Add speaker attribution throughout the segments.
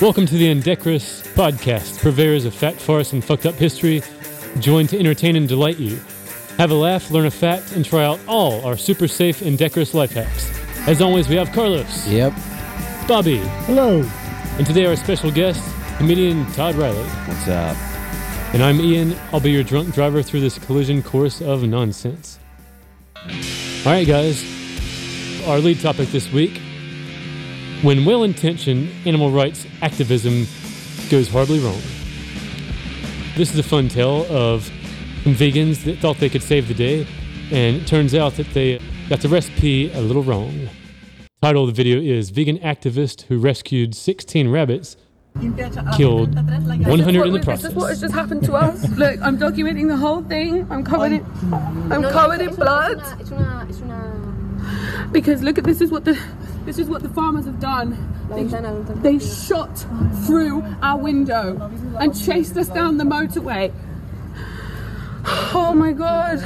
Speaker 1: Welcome to the Indecorous Podcast, purveyors of fat farce and fucked up history, joined to entertain and delight you. Have a laugh, learn a fact, and try out all our super safe Indecorous life hacks. As always, we have Carlos,
Speaker 2: Yep.
Speaker 1: Bobby,
Speaker 3: Hello.
Speaker 1: and today our special guest, comedian Todd Riley.
Speaker 2: What's up?
Speaker 1: And I'm Ian. I'll be your drunk driver through this collision course of nonsense. All right, guys. Our lead topic this week when well intentioned animal rights activism goes horribly wrong. This is a fun tale of some vegans that thought they could save the day, and it turns out that they got the recipe a little wrong. Title of the video is Vegan Activist Who Rescued 16 Rabbits Killed
Speaker 4: killed
Speaker 1: 100 in the
Speaker 5: This is what
Speaker 1: process.
Speaker 5: has just happened to us. Look, I'm documenting the whole thing. I'm covered in, I'm covered in blood
Speaker 6: Es una, es una,
Speaker 5: because look at this is what the, this is what the farmers have done.
Speaker 6: la ventana de un templo.
Speaker 5: They shot through our window and chased us down the motorway. Oh my god,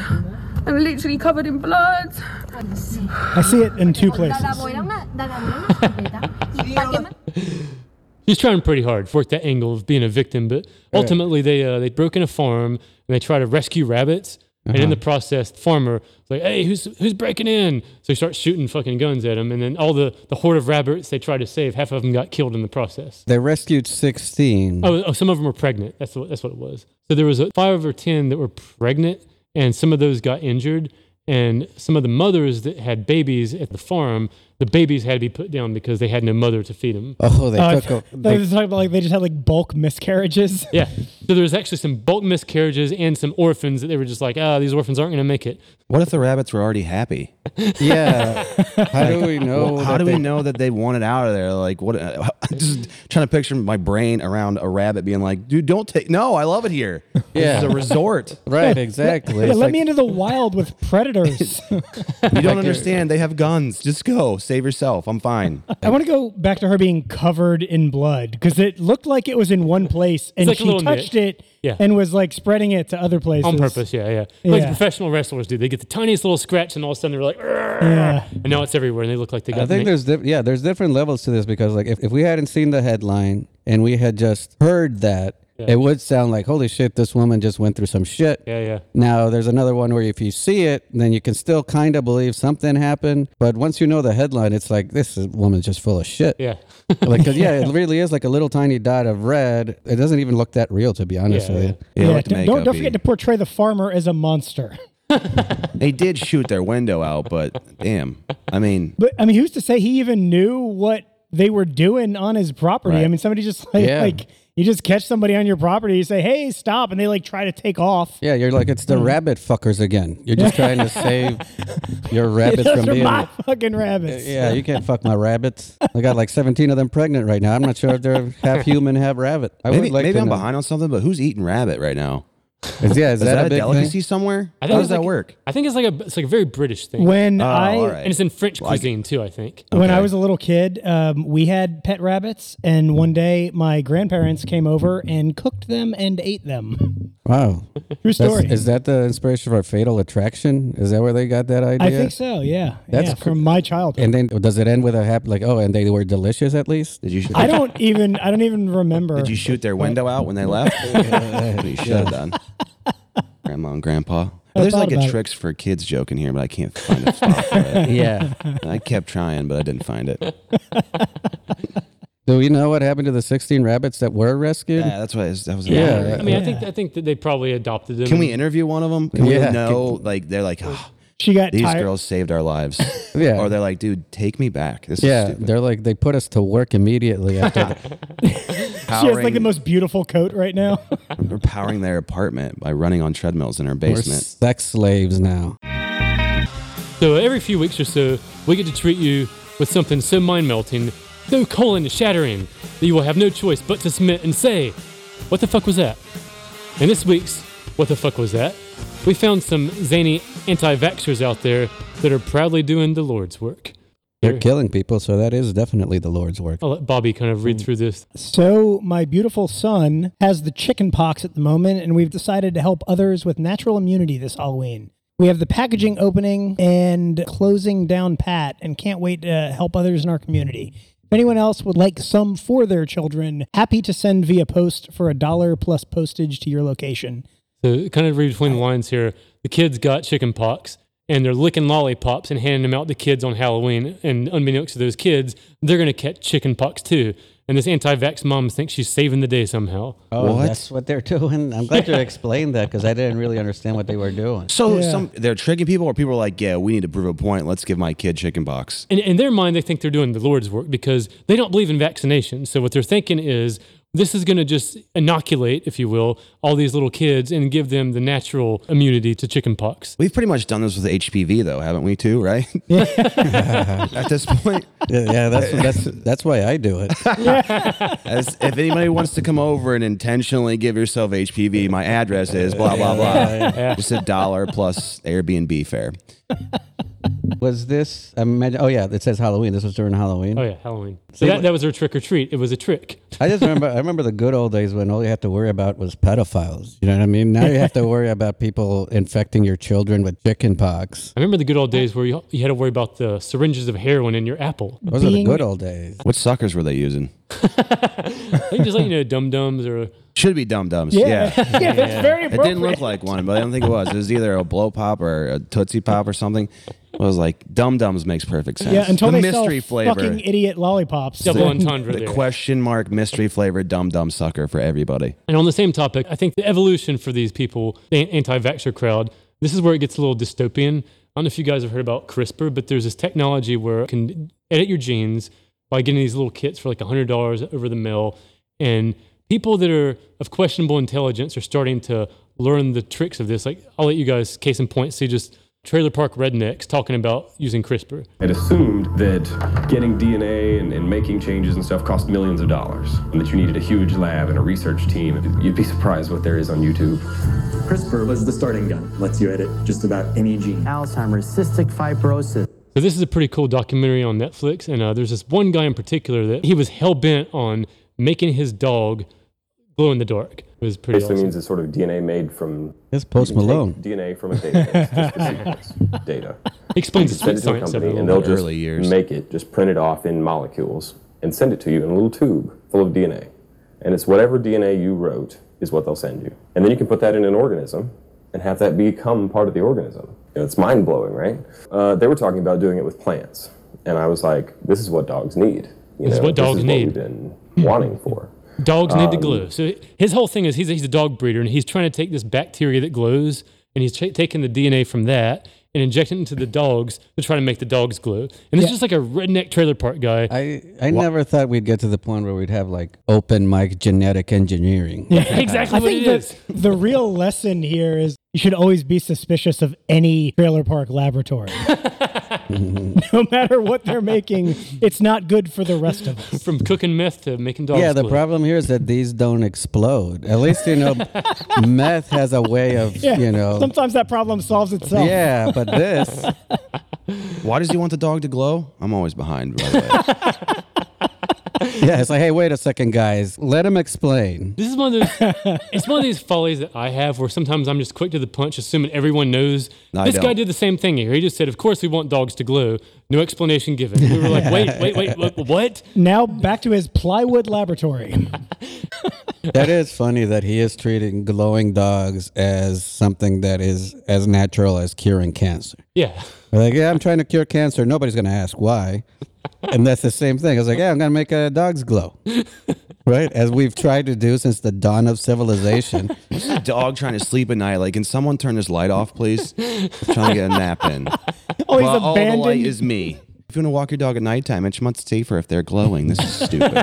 Speaker 5: I'm literally covered in blood.
Speaker 3: I see it in two places.
Speaker 6: Dadabora una, dadabora una chaqueta. ¿Para qué más?
Speaker 1: He's trying pretty hard, worked that angle of being a victim, but ultimately they uh, they broke in a farm and they try to rescue rabbits, and in the process, the farmer was like, "Hey, who's who's breaking in?" So he starts shooting fucking guns at him, and then all the the horde of rabbits they tried to save, half of them got killed in the process.
Speaker 2: They rescued 16.
Speaker 1: Oh, oh some of them were pregnant. That's what, that's what it was. So there was uh five or ten that were pregnant, and some of those got injured, and some of the mothers that had babies at the farm, the babies had to be put down because they had no mother to feed them.
Speaker 2: Oh, they
Speaker 3: Uh,
Speaker 2: took a,
Speaker 3: they
Speaker 2: they,
Speaker 3: just talking about like they just had like bulk miscarriages.
Speaker 1: Yeah. So there's actually some bulk miscarriages and some orphans that they were just like, ah, these orphans aren't going to make it.
Speaker 7: What if the rabbits were already happy?
Speaker 2: Yeah. How do we know?
Speaker 7: How
Speaker 2: that
Speaker 7: do we
Speaker 2: they-
Speaker 7: know that they wanted out of there? Like, what? uh, I'm just trying to picture my brain around a rabbit being like, dude, don't take. No, I love it here.
Speaker 2: Yeah.
Speaker 7: It's a resort.
Speaker 2: Right, exactly.
Speaker 3: Yeah,
Speaker 2: It's
Speaker 3: let
Speaker 2: like-
Speaker 3: me into the wild with predators.
Speaker 7: You don't understand. They have guns. Just go. Save yourself. I'm fine.
Speaker 3: I want to go back to her being covered in blood because it looked like it was in one place and
Speaker 1: like a
Speaker 3: she
Speaker 1: little
Speaker 3: touched it
Speaker 1: Yeah.
Speaker 3: and was like spreading it to other places.
Speaker 1: On purpose. Yeah, yeah. Like the
Speaker 3: Yeah.
Speaker 1: professional wrestlers do. They get the tiniest little scratch and all of a sudden they're like, "Argh,"
Speaker 3: Yeah.
Speaker 1: and now it's everywhere and they look like they got
Speaker 2: I think
Speaker 1: ma-
Speaker 2: there's diff- yeah, there's different levels to this because like if, if we hadn't seen the headline and we had just heard that, it would sound like holy shit, this woman just went through some shit.
Speaker 1: Yeah, yeah.
Speaker 2: Now there's another one where if you see it, then you can still kind of believe something happened, but once you know the headline, it's like this is, woman's just full of shit.
Speaker 1: Yeah.
Speaker 2: like 'cause, yeah, it really is like a little tiny dot of red. It doesn't even look that real to be honest
Speaker 1: Yeah,
Speaker 2: with
Speaker 1: yeah.
Speaker 2: you.
Speaker 7: Yeah,
Speaker 3: Yeah,
Speaker 7: let the
Speaker 3: don't, don't
Speaker 7: makeup
Speaker 3: forget
Speaker 7: be.
Speaker 3: to portray the farmer as a monster.
Speaker 7: They did shoot their window out, but damn. I mean,
Speaker 3: But I mean, who's to say he even knew what they were doing on his property? I
Speaker 7: Right.
Speaker 3: mean, somebody just like,
Speaker 2: Yeah.
Speaker 3: like you just catch somebody on your property, you say, "Hey, stop!" and they like try to take off.
Speaker 2: Yeah, you're like it's the rabbit fuckers again. You're just trying to save your rabbits
Speaker 3: Those
Speaker 2: from
Speaker 3: are
Speaker 2: being.
Speaker 3: my fucking rabbits.
Speaker 2: Yeah, you can't fuck my rabbits. I got like 17 of them pregnant right now. I'm not sure if they're half human, half rabbit. I
Speaker 7: maybe,
Speaker 2: would like
Speaker 7: maybe
Speaker 2: to
Speaker 7: I'm
Speaker 2: know.
Speaker 7: behind on something, but who's eating rabbit right now?
Speaker 2: Is, yeah, is,
Speaker 7: Is that, a,
Speaker 2: big thing?
Speaker 7: delicacy somewhere?
Speaker 1: I
Speaker 7: How
Speaker 1: think
Speaker 7: does
Speaker 1: it's
Speaker 7: that
Speaker 1: like-
Speaker 7: work?
Speaker 1: I think it's like a it's like a very British thing.
Speaker 3: When
Speaker 7: Oh,
Speaker 3: I
Speaker 7: all right.
Speaker 1: and it's in French cuisine too, I think.
Speaker 3: When I was a little kid, um, we had pet rabbits, and one day my grandparents came over and cooked them and ate them.
Speaker 2: Wow.
Speaker 3: True
Speaker 2: That's-
Speaker 3: story.
Speaker 2: is that the inspiration for Fatal Attraction? Is that where they got that idea?
Speaker 3: I think so. Yeah,
Speaker 2: That's
Speaker 3: yeah,
Speaker 2: cr-
Speaker 3: from my childhood.
Speaker 2: And then does it end with a happy, like, oh, and they were delicious at least?
Speaker 7: Did you,
Speaker 3: I don't even. I don't even remember.
Speaker 7: did you shoot their window out when they left? That's what you should have done. Grandma and grandpa. There's
Speaker 3: thought
Speaker 7: like
Speaker 3: about
Speaker 7: a
Speaker 3: it.
Speaker 7: tricks for kids joke in here, but I can't find a spot for it.
Speaker 2: Yeah.
Speaker 7: I kept trying, but I didn't find it.
Speaker 2: Do we know what happened to the 16 rabbits that were rescued?
Speaker 7: Yeah, that's what I was, that was.
Speaker 2: Yeah.
Speaker 1: I mean, I think I think that they probably adopted them.
Speaker 7: can we interview one of them? Can
Speaker 2: Yeah.
Speaker 7: we know? Like they're like, "Ah,
Speaker 3: she got
Speaker 7: these
Speaker 3: tired.
Speaker 7: girls saved our lives.
Speaker 2: Yeah.
Speaker 7: Or they're like, dude, take me back. This
Speaker 2: Yeah,
Speaker 7: is stupid.
Speaker 2: they're like they put us to work immediately after. the-
Speaker 3: She has like the most beautiful coat right now.
Speaker 7: They're powering their apartment by running on treadmills in her
Speaker 2: we're
Speaker 7: basement.
Speaker 2: sex slaves now.
Speaker 1: So every few weeks or so, we get to treat you with something so mind melting, so colon shattering, that you will have no choice but to submit and say, What the fuck was that? And this week's What the fuck was that? We found some zany anti vaxxers out there that are proudly doing the Lord's work.
Speaker 2: They're killing people, so that is definitely the Lord's work.
Speaker 1: I'll let Bobby kind of read through this.
Speaker 3: So, my beautiful son has the chicken pox at the moment, and we've decided to help others with natural immunity this Halloween. We have the packaging opening and closing down pat, and can't wait to help others in our community. If anyone else would like some for their children, happy to send via post for a dollar plus postage to your location.
Speaker 1: So kind of read between the lines here. The kids got chicken pox and they're licking lollipops and handing them out to kids on Halloween. And unbeknownst to those kids, they're going to catch chicken pox too. And this anti-vax mom thinks she's saving the day somehow.
Speaker 2: Oh,
Speaker 7: What?
Speaker 2: that's what they're doing. I'm glad you explained that because I didn't really understand what they were doing.
Speaker 7: So
Speaker 3: Yeah.
Speaker 7: some they're tricking people, or people are like, "Yeah, we need to prove a point. Let's give my kid chicken pox."
Speaker 1: in, in their mind, they think they're doing the Lord's work because they don't believe in vaccination. So what they're thinking is this is going to just inoculate, if you will, all these little kids and give them the natural immunity to chickenpox.
Speaker 7: We've pretty much done this with HPV, though, haven't we? Too right? At this point,
Speaker 2: Yeah, yeah, that's that's that's why I do it.
Speaker 7: as, if anybody wants to come over and intentionally give yourself HPV, my address is blah blah blah. It's a dollar plus Airbnb fare.
Speaker 2: Was this? I imagine. Oh yeah, it says Halloween. This was during Halloween.
Speaker 1: Oh yeah, Halloween. So that, that was her trick or treat. It was a trick.
Speaker 2: I just remember. I remember the good old days when all you had to worry about was pedophiles. You know what I mean? Now you have to worry about people infecting your children with chicken pox.
Speaker 1: I remember the good old days where you, you had to worry about the syringes of heroin in your apple.
Speaker 2: Those are the
Speaker 3: Being-
Speaker 2: good old days.
Speaker 7: What suckers were they using?
Speaker 1: They just like you know dum dums or
Speaker 7: Should be dum dums.
Speaker 3: Yeah,
Speaker 7: yeah.
Speaker 3: yeah, that's very
Speaker 7: It
Speaker 3: appropriate.
Speaker 7: didn't look like one, but I don't think it was. It was either a blow pop or a tootsie pop or something. It was like Dum Dums makes perfect sense.
Speaker 3: yeah, until
Speaker 7: the
Speaker 3: they
Speaker 7: mystery
Speaker 3: sell
Speaker 7: flavor,
Speaker 3: fucking idiot lollipops.
Speaker 1: double
Speaker 3: then-
Speaker 1: entendre
Speaker 7: the
Speaker 1: there.
Speaker 7: question mark mystery flavor Dum Dum sucker for everybody.
Speaker 1: And on the same topic, I think the evolution for these people, the an- anti-vaxxer crowd, this is where it gets a little dystopian. I don't know if you guys have heard about CRISPR, but there's this technology where it can edit your genes by getting these little kits for like $100 over the mill. And people that are of questionable intelligence are starting to learn the tricks of this. Like, I'll let you guys, case in point, see just Trailer Park Rednecks talking about using CRISPR.
Speaker 4: had assumed that getting DNA and, and making changes and stuff cost millions of dollars, and that you needed a huge lab and a research team. You'd be surprised what there is on YouTube.
Speaker 8: CRISPR was the starting gun. Lets you edit just about any gene.
Speaker 9: Alzheimer's, cystic fibrosis.
Speaker 1: So this is a pretty cool documentary on Netflix, and uh, there's this one guy in particular that he was hell bent on making his dog glow in the dark. It was pretty
Speaker 4: Basically
Speaker 1: awesome.
Speaker 4: means it's sort of DNA made from
Speaker 2: It's Post
Speaker 4: you can take
Speaker 2: Malone.
Speaker 4: DNA from a database, just the sequence data.
Speaker 1: He explains the sweet
Speaker 4: Send it to a
Speaker 1: science of it.
Speaker 4: company,
Speaker 1: a
Speaker 4: and
Speaker 1: little
Speaker 4: they'll
Speaker 1: bit.
Speaker 4: just
Speaker 7: early years.
Speaker 4: make it, just print it off in molecules, and send it to you in a little tube full of DNA. And it's whatever DNA you wrote is what they'll send you. And then you can put that in an organism and have that become part of the organism. You know, it's mind blowing, right? Uh, they were talking about doing it with plants, and I was like, "This is what dogs need." You
Speaker 1: This is
Speaker 4: know,
Speaker 1: what dogs
Speaker 4: this is
Speaker 1: need.
Speaker 4: What we've been wanting for.
Speaker 1: Dogs need to
Speaker 4: um,
Speaker 1: glow. So his whole thing is he's a, he's a dog breeder, and he's trying to take this bacteria that glows, and he's ta- taking the DNA from that and injecting it into the dogs to try to make the dogs glow. And it's just like a redneck trailer park guy.
Speaker 2: I I never thought we'd get to the point where we'd have like open mic genetic engineering.
Speaker 1: exactly
Speaker 3: I
Speaker 1: what it
Speaker 3: think
Speaker 1: is.
Speaker 3: that the real lesson here is you should always be suspicious of any trailer park laboratory. no matter what they're making, it's not good for the rest of us.
Speaker 1: From cooking meth to making dogs
Speaker 2: Yeah, the
Speaker 1: glow.
Speaker 2: problem here is that these don't explode. At least you know, meth has a way of you know.
Speaker 3: Sometimes that problem solves itself.
Speaker 2: Yeah, but this
Speaker 7: Why does he want the dog to glow? I'm always behind. By the way.
Speaker 2: Yeah, it's like, hey, wait a second, guys. Let him explain.
Speaker 1: This is one of those. it's one of these follies that I have, where sometimes I'm just quick to the punch, assuming everyone knows.
Speaker 7: No, I
Speaker 1: this guy
Speaker 7: don't.
Speaker 1: did the same thing here. He just said, "Of course, we want dogs to glow." No explanation given. We were like, "Wait, wait, wait, wait what?"
Speaker 3: Now back to his plywood laboratory.
Speaker 2: That is funny that he is treating glowing dogs as something that is as natural as curing cancer.
Speaker 1: Yeah,
Speaker 2: They're like, yeah, I'm trying to cure cancer. Nobody's gonna ask why. And that's the same thing. I was like, yeah, I'm gonna make uh, dogs glow, right? As we've tried to do since the dawn of civilization.
Speaker 7: This is a dog trying to sleep at night. Like, can someone turn this light off, please? I'm trying to get a nap in.
Speaker 3: Oh, he's
Speaker 7: Well, all the
Speaker 3: abandoned.
Speaker 7: light is me. If you want to walk your dog at nighttime, it's much safer if they're glowing. This is stupid.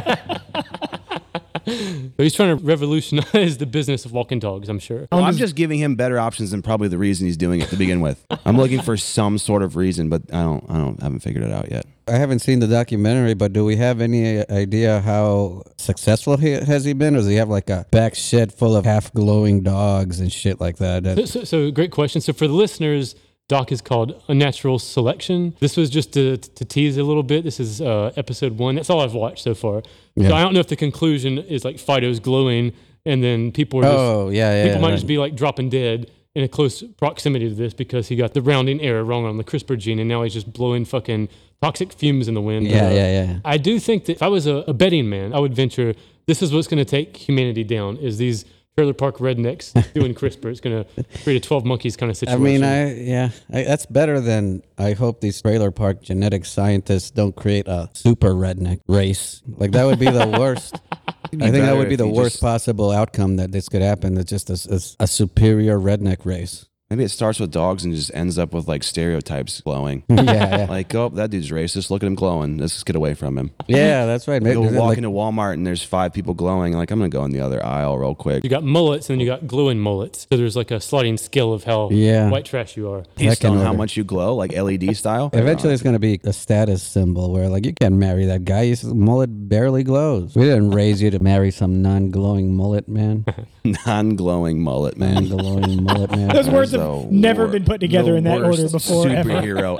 Speaker 1: but he's trying to revolutionize the business of walking dogs. I'm sure.
Speaker 7: Well, I'm just giving him better options than probably the reason he's doing it to begin with. I'm looking for some sort of reason, but I don't. I don't. I haven't figured it out yet.
Speaker 2: I haven't seen the documentary, but do we have any idea how successful he has he been, or does he have like a back shed full of half glowing dogs and shit like that? That-
Speaker 1: So, so great question. So for the listeners, doc is called Unnatural Selection. This was just to, to tease a little bit. This is uh, episode one. That's all I've watched so far. So I don't know if the conclusion is like Fido's glowing, and then people are just
Speaker 2: Oh yeah, yeah.
Speaker 1: people might
Speaker 2: right.
Speaker 1: just be like dropping dead in a close proximity to this because he got the rounding error wrong on the CRISPR gene, and now he's just blowing fucking toxic fumes in the wind.
Speaker 2: Yeah, yeah, yeah.
Speaker 1: I do think that if I was a, a betting man, I would venture this is what's going to take humanity down is these trailer park rednecks doing CRISPR. It's going to create a 12 monkeys kind of
Speaker 2: I
Speaker 1: situation.
Speaker 2: mean, I yeah, I, that's better than I hope these trailer park genetic scientists don't create a super redneck race. Like that would be the worst. I think that
Speaker 7: better
Speaker 2: would be
Speaker 7: if
Speaker 2: the
Speaker 7: you
Speaker 2: worst
Speaker 7: just-
Speaker 2: possible outcome that this could happen. It's just a, s- a superior redneck race.
Speaker 7: Maybe it starts with dogs and just ends up with like stereotypes glowing.
Speaker 2: Yeah, yeah,
Speaker 7: like, oh, that dude's racist. Look at him glowing. Let's just get away from him.
Speaker 2: yeah. That's right. Maybe
Speaker 7: Go walk
Speaker 2: like,
Speaker 7: into Walmart and there's five people glowing. Like, I'm gonna go in the other aisle real quick.
Speaker 1: you got mullets and then you got glowing mullets. So there's like a sliding scale of how
Speaker 2: Yeah.
Speaker 1: white trash you are.
Speaker 7: Based
Speaker 2: can
Speaker 7: on how
Speaker 2: order.
Speaker 7: much you glow, like LED style.
Speaker 2: eventually, it's gonna be a status symbol where like you can't marry that guy. His mullet barely glows. We didn't raise you to marry some non-glowing mullet man.
Speaker 7: non-glowing mullet, man.
Speaker 2: Non-glowing mullet man.
Speaker 3: Those words
Speaker 7: The
Speaker 3: have never
Speaker 7: wor-
Speaker 3: been put together
Speaker 7: the
Speaker 3: in that
Speaker 7: worst
Speaker 3: order before ever.
Speaker 7: Superhero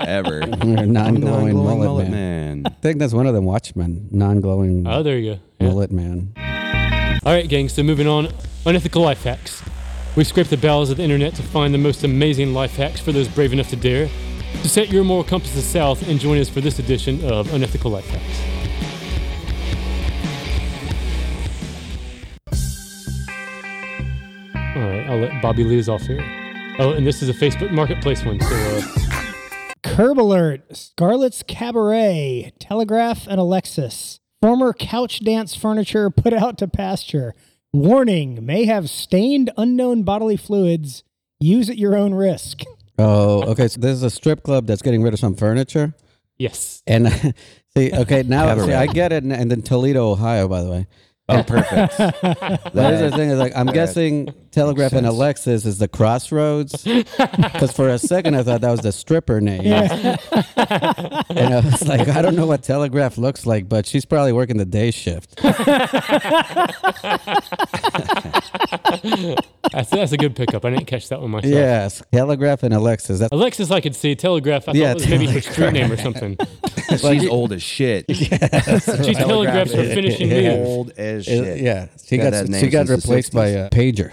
Speaker 7: ever.
Speaker 2: non-glowing,
Speaker 7: non-glowing
Speaker 2: mullet,
Speaker 7: mullet,
Speaker 2: man.
Speaker 7: man.
Speaker 2: I think that's one of them. Watchmen, non-glowing
Speaker 1: Oh, there you go. Yeah.
Speaker 2: mullet man.
Speaker 1: All right, gang, so moving on. Unethical life hacks. We've scraped the bowels of the internet to find the most amazing life hacks for those brave enough to dare. So set your moral compasses south and join us for this edition of Unethical Life Hacks. All right, I'll let Bobby lead us off here. Oh, and this is a Facebook Marketplace one. So, uh,
Speaker 3: Curb Alert, Scarlet's Cabaret, Telegraph, and Alexis. Former couch dance furniture put out to pasture. Warning may have stained unknown bodily fluids. Use at your own risk.
Speaker 2: Oh, okay. So this is a strip club that's getting rid of some furniture.
Speaker 1: yes.
Speaker 2: And see, okay, now see,
Speaker 7: Cabaret.
Speaker 2: I get it. And and then Toledo, Ohio, by the way.
Speaker 7: Oh, perfect.
Speaker 2: But here's the thing: is like I'm
Speaker 7: that
Speaker 2: guessing Telegraph and
Speaker 7: sense.
Speaker 2: Alexis is the Crossroads, because for a second I thought that was the stripper name, and I was like, I don't know what Telegraph looks like, but she's probably working the day shift.
Speaker 1: That's, that's a good pickup. I didn't catch that one myself.
Speaker 2: yes, Telegraph and Alexis. That's
Speaker 1: Alexis, I could see. Telegraph, I
Speaker 2: Yeah,
Speaker 1: thought was maybe her street name or something.
Speaker 7: She's old as shit.
Speaker 1: She telegraphs her finishing move.
Speaker 7: Old as shit.
Speaker 2: yeah. She
Speaker 7: Got
Speaker 2: got,
Speaker 7: that name
Speaker 2: she got
Speaker 7: since the
Speaker 2: replaced by a pager.
Speaker 7: 60s.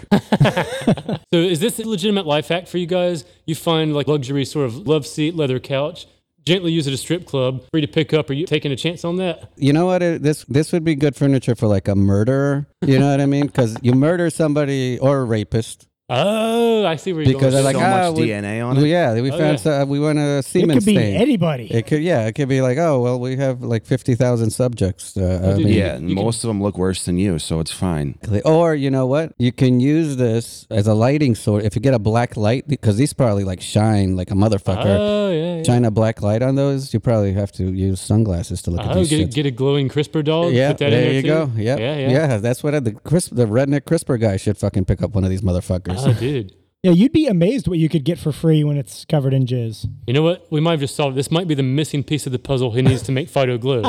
Speaker 1: So is this a legitimate life hack for you guys? You find like luxury sort of love seat, leather couch, gently use it at a strip club, free to pick up. Are you taking a chance on that?
Speaker 2: you know what? It, this this would be good furniture for like a murderer. You know what I mean? Because you murder somebody or a rapist
Speaker 1: Oh, I see where you're going.
Speaker 2: because they're like
Speaker 7: So
Speaker 2: ah,
Speaker 7: much
Speaker 2: we-
Speaker 7: DNA on it?
Speaker 2: Yeah, we found
Speaker 1: yeah.
Speaker 2: so- we want a
Speaker 3: It
Speaker 2: semen
Speaker 3: could be
Speaker 2: stain.
Speaker 3: anybody.
Speaker 2: It could yeah, it could be like oh well, we have like fifty thousand subjects. Uh, I
Speaker 1: dude,
Speaker 2: mean,
Speaker 7: Yeah, and most of them look worse than you, so it's fine.
Speaker 2: Or you know what? You can use this as a lighting source if you get a black light because these probably like shine like a motherfucker.
Speaker 1: oh yeah. yeah.
Speaker 2: Shine a black light on those. You probably have to use sunglasses to look at
Speaker 1: Oh,
Speaker 2: these.
Speaker 1: get,
Speaker 2: shits.
Speaker 1: get a glowing crisper dog.
Speaker 2: Yeah,
Speaker 1: put that
Speaker 2: there
Speaker 1: in there
Speaker 2: you
Speaker 1: too.
Speaker 2: go. Yep.
Speaker 1: Yeah,
Speaker 2: Yeah,
Speaker 1: yeah.
Speaker 2: That's what the crisp, the redneck CRISPR guy should fucking pick up one of these motherfuckers.
Speaker 1: Oh, dude.
Speaker 3: Yeah, you'd be amazed what you could get for free when it's covered in jizz.
Speaker 1: You know what? We might have just solved. This might be the missing piece of the puzzle. He needs to make Fido glow.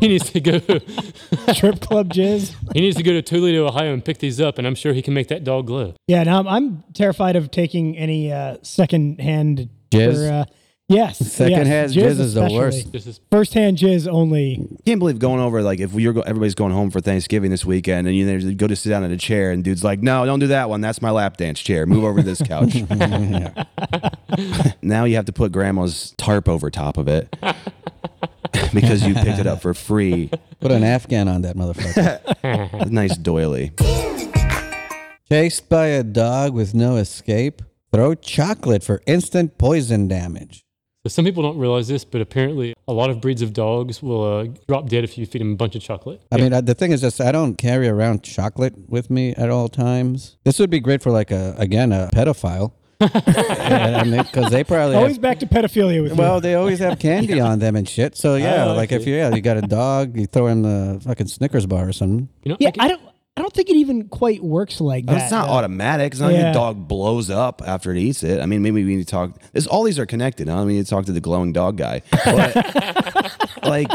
Speaker 1: he needs to go.
Speaker 3: Strip club jizz.
Speaker 1: he needs to go to Toledo, Ohio, and pick these up. And I'm sure he can make that dog glow.
Speaker 3: Yeah, now I'm, I'm terrified of taking any uh, secondhand
Speaker 2: Jizz?
Speaker 3: uh, yes,
Speaker 2: Secondhand
Speaker 3: yes,
Speaker 2: jizz is the worst.
Speaker 3: especially.
Speaker 1: This is
Speaker 3: Firsthand jizz only.
Speaker 7: Can't believe going over like if you're go- everybody's going home for Thanksgiving this weekend, and you there- go to sit down in a chair, and dude's like, "No, don't do that one. That's my lap dance chair. Move over to this couch." now you have to put grandma's tarp over top of it because you picked it up for free.
Speaker 2: Put an Afghan on that motherfucker.
Speaker 7: A nice doily.
Speaker 2: Chased by a dog with no escape. Throw chocolate for instant poison damage.
Speaker 1: So some people don't realize this, but apparently a lot of breeds of dogs will uh, drop dead if you feed them a bunch of chocolate.
Speaker 2: I mean, uh, the thing is just I don't carry around chocolate with me at all times. This would be great for like a again a pedophile. Because they probably
Speaker 3: Always
Speaker 2: have-
Speaker 3: back to pedophilia with
Speaker 2: well, they always have candy on them and shit. So yeah,
Speaker 1: Oh, I
Speaker 2: like if
Speaker 1: see.
Speaker 2: you yeah you got a dog, you throw him the fucking Snickers bar or something.
Speaker 1: You know,
Speaker 3: you. Yeah,
Speaker 1: can-
Speaker 3: I don't. I don't think it even quite works like that.
Speaker 7: It's not
Speaker 3: though.
Speaker 7: automatic. It's not like
Speaker 3: Yeah.
Speaker 7: your dog blows up after it eats it. I mean, maybe we need to talk. This all these are connected. Huh? We need to talk to the glowing dog guy. But, like,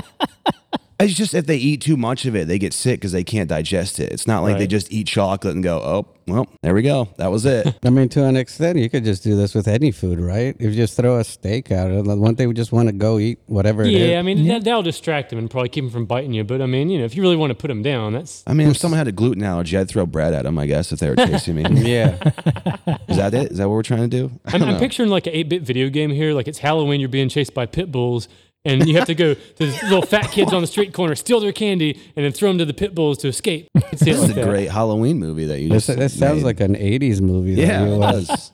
Speaker 7: It's just if they eat too much of it, they get sick because they can't digest it. It's not like they
Speaker 1: Right.
Speaker 7: just eat chocolate and go, oh, well, there we go. That was it.
Speaker 2: I mean, to an extent, you could just do this with any food, right? If you just throw a steak out, one day we just want to go eat whatever it is.
Speaker 1: Yeah, I mean that, that'll distract them and probably keep them from biting you. But I mean, you know, if you really want to put them down, that's
Speaker 7: I mean, if someone had a gluten allergy, I'd throw bread at them, I guess, if they were chasing me.
Speaker 2: yeah.
Speaker 7: Is that it? Is that what we're trying to do? I
Speaker 1: I'm,
Speaker 7: don't
Speaker 1: I'm
Speaker 7: know.
Speaker 1: picturing like an 8 bit video game here. Like it's Halloween, you're being chased by pit bulls, and you have to go to these little fat kids on the street corner, steal their candy, and then throw them to the pit bulls to escape. It's it
Speaker 7: This is
Speaker 1: like
Speaker 7: a
Speaker 1: that.
Speaker 7: great Halloween movie that you
Speaker 2: This,
Speaker 7: just.
Speaker 2: this sounds like
Speaker 7: made.
Speaker 2: an 80s movie. that
Speaker 7: Yeah,
Speaker 2: we
Speaker 7: it
Speaker 2: watched.
Speaker 7: was.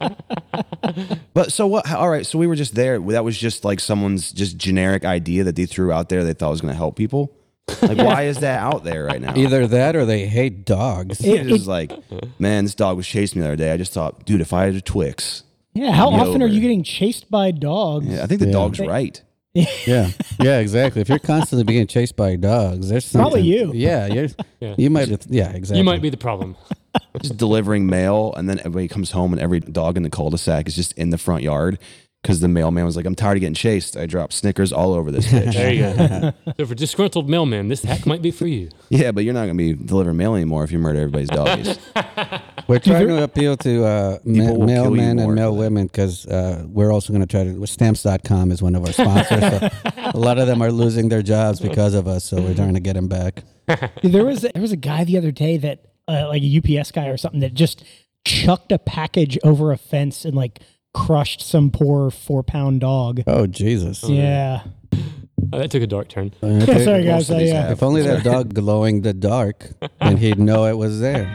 Speaker 7: but so what? All right, so we were just there. That was just like someone's just generic idea that they threw out there. They thought was going to help people. Like, why is that out there right now?
Speaker 2: Either that or they hate dogs.
Speaker 7: It's just like, man, this dog was chasing me the other day. I just thought, dude, if I had a Twix,
Speaker 3: Yeah, how
Speaker 7: Get
Speaker 3: often are
Speaker 7: over
Speaker 3: you
Speaker 7: it.
Speaker 3: getting chased by dogs?
Speaker 7: yeah, I think the
Speaker 2: Yeah.
Speaker 7: dog's right.
Speaker 2: yeah. Yeah, exactly. If you're constantly being chased by dogs, there's
Speaker 3: Probably
Speaker 2: something-
Speaker 3: you.
Speaker 2: Yeah, you're,
Speaker 1: Yeah.
Speaker 2: you might. Yeah, exactly.
Speaker 1: You might be the problem.
Speaker 7: Just delivering mail, and then everybody comes home, and every dog in the cul-de-sac is just in the front yard because the mailman was like, "I'm tired of getting chased. I dropped Snickers all over this bitch."
Speaker 1: There you go. so for disgruntled mailmen, this hack might be for you.
Speaker 7: yeah, but you're not going to be delivering mail anymore if you murder everybody's doggies.
Speaker 2: We're trying to appeal to uh, ma-
Speaker 7: People will kill you
Speaker 2: mailmen
Speaker 7: more
Speaker 2: and
Speaker 7: for
Speaker 2: male
Speaker 7: that.
Speaker 2: women because uh, we're also going to try to. Stamps.com is one of our sponsors. so a lot of them are losing their jobs because of us, so we're trying to get them back.
Speaker 3: There was there was a guy the other day that uh, like a UPS guy or something that just chucked a package over a fence and like crushed some poor four pound dog.
Speaker 2: Oh Jesus!
Speaker 3: Yeah.
Speaker 1: Uh, that took a dark turn.
Speaker 2: Okay.
Speaker 3: Sorry guys. I,
Speaker 7: these
Speaker 3: uh,
Speaker 7: have-
Speaker 2: If only that dog glowing the dark, and he'd know it was there.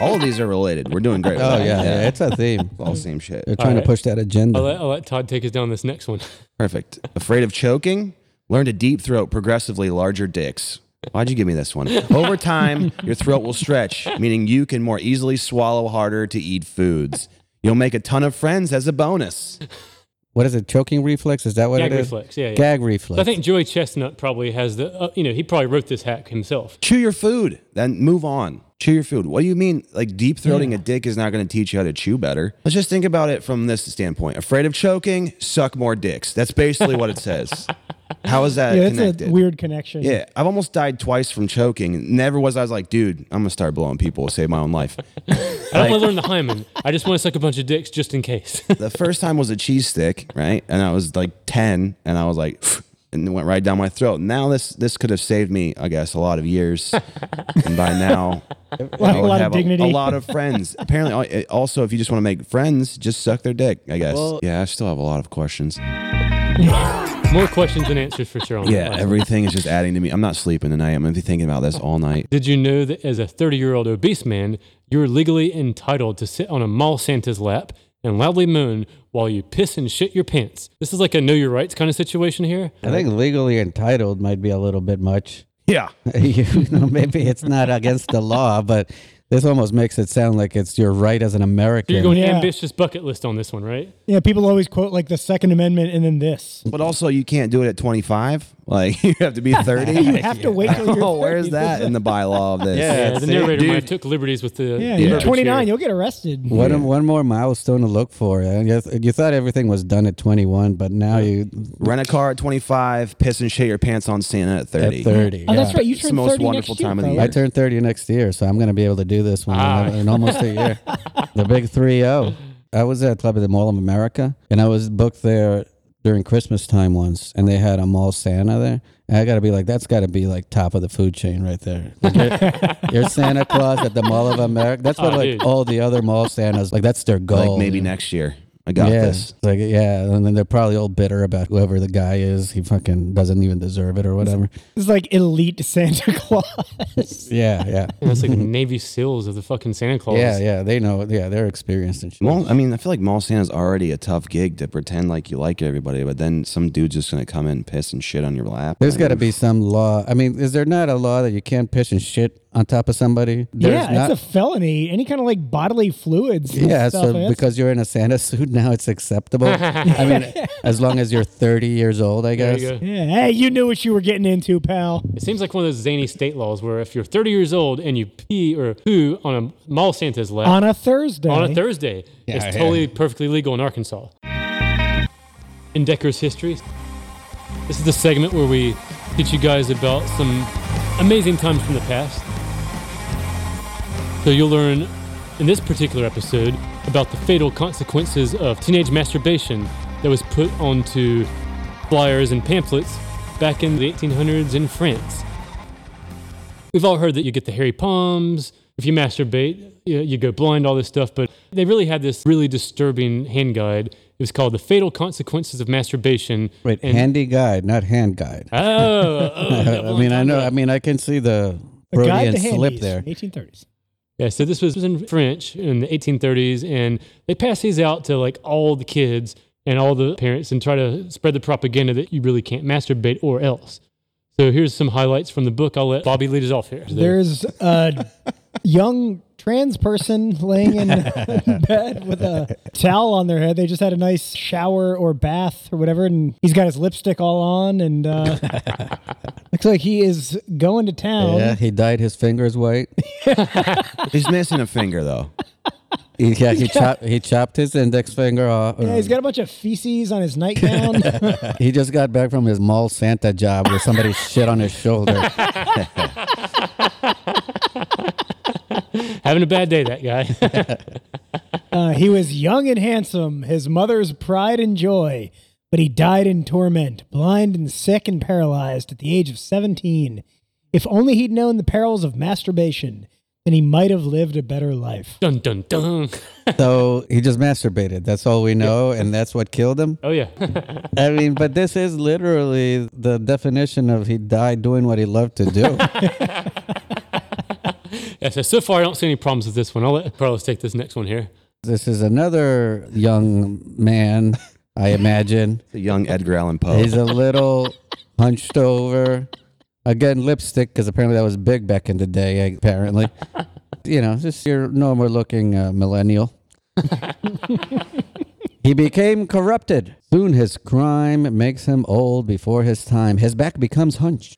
Speaker 7: All of these are related. We're doing great. with
Speaker 2: Oh
Speaker 7: that.
Speaker 2: yeah, yeah it's a theme.
Speaker 7: It's all same shit.
Speaker 2: They're trying to
Speaker 1: Alright.
Speaker 2: push that
Speaker 1: I'll
Speaker 2: agenda.
Speaker 1: let, I'll let Todd take us down this next one.
Speaker 7: Perfect. Afraid of choking? Learn to deep throat progressively larger dicks. Why'd you give me this one? Over time, your throat will stretch, meaning you can more easily swallow harder to eat foods. You'll make a ton of friends as a bonus.
Speaker 2: What is it? Choking reflex? Is that what
Speaker 1: Gag
Speaker 2: it is?
Speaker 1: reflex. Yeah, yeah.
Speaker 2: Gag reflex.
Speaker 1: So I think Joey Chestnut probably has the, uh, you know, he probably wrote this hack himself.
Speaker 7: Chew your food, then move on. Chew your food. What do you mean? Like deep throating a dick is not going to teach you how to chew better. Let's just think about it from this standpoint. Afraid of choking? Suck more dicks. That's basically what it says. How is that
Speaker 3: yeah, that's
Speaker 7: connected?
Speaker 3: a weird connection.
Speaker 7: Yeah, I've almost died twice from choking. Never was I was like, dude, I'm gonna start blowing people to save my own life.
Speaker 1: I don't want to learn the hymen. I just want to suck a bunch of dicks just in case.
Speaker 7: the first time was a cheese stick, right? And I was like 10, and I was like, and it went right down my throat. Now this this could have saved me, I guess, a lot of years. and by now, I
Speaker 3: Like, a
Speaker 7: would
Speaker 3: lot of
Speaker 7: have
Speaker 3: dignity.
Speaker 7: A, lot of friends. Apparently, al- also, if you just want to make friends, just suck their dick. I guess. yeah, I still have a lot of questions.
Speaker 1: More questions and answers for sure. On that
Speaker 7: Yeah,
Speaker 1: one.
Speaker 7: everything is just adding to me. I'm not sleeping tonight. I'm gonna be thinking about this all night.
Speaker 1: Did you know that as a 30 year old obese man, you're legally entitled to sit on a mall Santa's lap and loudly moan while you piss and shit your pants? This is like a know your rights kind of situation here.
Speaker 2: I think legally entitled might be a little bit much.
Speaker 7: Yeah.
Speaker 2: you know, maybe it's not against the law, but this almost makes it sound like it's your right as an American.
Speaker 1: You're going
Speaker 3: Yeah.
Speaker 1: ambitious bucket list on this one, right?
Speaker 3: Yeah, people always quote like the Second Amendment and then this.
Speaker 7: But also, you can't do it at 25. Like you have to be 30.
Speaker 3: You have to wait till you're
Speaker 7: oh, where's
Speaker 3: 30.
Speaker 7: that in the bylaw of this?
Speaker 1: Yeah, Uh, the
Speaker 2: see,
Speaker 1: narrator might have
Speaker 2: dude.
Speaker 1: took liberties with the.
Speaker 3: Yeah,
Speaker 1: the
Speaker 3: you're
Speaker 1: verbiage
Speaker 3: 29,
Speaker 1: here.
Speaker 3: you'll get arrested.
Speaker 2: What a- one more milestone to look for. And you, th- you thought everything was done at 21, but now you
Speaker 7: Rent a car at 25, piss and shit your pants on Santa at 30.
Speaker 2: at 30.
Speaker 3: Oh, that's
Speaker 2: yeah.
Speaker 3: right. You
Speaker 7: It's the
Speaker 3: turned
Speaker 7: most
Speaker 3: 30
Speaker 7: wonderful
Speaker 3: next year,
Speaker 7: time of the
Speaker 3: bro.
Speaker 7: year.
Speaker 2: I turn 30 next year, so I'm going to be able to do this one
Speaker 1: Ah.
Speaker 2: in, in almost a year. the big 3 0. I was at Club of the Mall of America, and I was booked there during Christmas time once, and they had a mall Santa there. And I got to be like, that's got to be like top of the food chain right there. Like, you're, you're Santa Claus at the Mall of America. That's what
Speaker 1: Oh,
Speaker 2: like
Speaker 1: dude.
Speaker 2: all the other mall Santas, like that's their goal.
Speaker 7: Like maybe next year. I got
Speaker 2: yeah,
Speaker 7: this.
Speaker 2: It's like yeah, and then they're probably all bitter about whoever the guy is. He fucking doesn't even deserve it or whatever.
Speaker 3: It's like elite Santa Claus.
Speaker 2: Yeah, yeah,
Speaker 1: Yeah, That's like the Navy SEALs of the fucking Santa Claus.
Speaker 2: yeah, yeah. They know. Yeah, they're experienced and shit.
Speaker 7: Well, I mean, I feel like Mall Santa's already a tough gig to pretend like you like everybody, but then some dude's just going to come in and piss and shit on your lap.
Speaker 2: There's
Speaker 7: Like,
Speaker 2: got to be some law. I mean, is there not a law that you can't piss and shit on top of somebody? There's
Speaker 3: yeah,
Speaker 2: not,
Speaker 3: it's a felony. Any kind of like bodily fluids. and
Speaker 2: yeah.
Speaker 3: stuff, I mean,
Speaker 2: So
Speaker 3: that's-
Speaker 2: because you're in a Santa suit now, it's acceptable. I mean, as long as you're 30 years old, I
Speaker 1: There
Speaker 2: guess.
Speaker 1: you go.
Speaker 3: yeah, hey, you knew what you were getting into, pal.
Speaker 1: It seems like one of those zany state laws where if you're 30 years old and you pee or poo on a mall Santa's lap
Speaker 3: On a Thursday.
Speaker 1: on a Thursday, it's
Speaker 2: yeah.
Speaker 1: totally perfectly legal in Arkansas. In Decker's history, this is the segment where we teach you guys about some amazing times from the past. So you'll learn in this particular episode about the fatal consequences of teenage masturbation that was put onto flyers and pamphlets back in the 1800s in France. We've all heard that you get the hairy palms if you masturbate, you, you go blind, all this stuff, but they really had this really disturbing hand guide. It was called The Fatal Consequences of Masturbation.
Speaker 2: Wait, handy guide, not hand guide.
Speaker 1: Oh, oh, that
Speaker 2: I
Speaker 1: one
Speaker 2: mean, I
Speaker 1: time
Speaker 2: know.
Speaker 1: guy.
Speaker 2: I mean, I can see the
Speaker 3: A guide
Speaker 2: Freudian
Speaker 3: to
Speaker 2: slip
Speaker 3: handies,
Speaker 2: there.
Speaker 3: 1830s.
Speaker 1: Yeah, so this was in French in the 1830s, and they passed these out to like all the kids and all the parents and try to spread the propaganda that you really can't masturbate or else. So here's some highlights from the book. I'll let Bobby lead us off here.
Speaker 3: There's a young trans person laying in bed with a towel on their head. They just had a nice shower or bath or whatever, and he's got his lipstick all on, and uh, looks like he is going to town.
Speaker 2: Yeah, he dyed his fingers white.
Speaker 7: He's missing a finger though.
Speaker 2: He, yeah, he chopped. He chopped his index finger off. Um,
Speaker 3: Yeah, he's got a bunch of feces on his nightgown.
Speaker 2: he just got back from his mall Santa job with somebody shit on his shoulder.
Speaker 1: Having a bad day, that guy.
Speaker 3: Uh, he was young and handsome, his mother's pride and joy, but he died in torment, blind and sick and paralyzed at the age of 17. If only he'd known the perils of masturbation, then he might have lived a better life.
Speaker 1: dun, dun, dun.
Speaker 2: So he just masturbated. That's all we know, and that's what killed him.
Speaker 1: Oh, yeah.
Speaker 2: I mean, but this is literally the definition of he died doing what he loved to do.
Speaker 1: yeah so, so far, I don't see any problems with this one. I'll let Carlos take this next one here.
Speaker 2: this is another young man, I imagine.
Speaker 7: The young Edgar Allan
Speaker 1: Oh.
Speaker 7: Poe.
Speaker 2: He's a little hunched over. Again, lipstick, because apparently that was big back in the day, eh, apparently. you know, just your normal looking uh, millennial. he became corrupted. Soon his crime makes him old before his time. His back becomes hunched.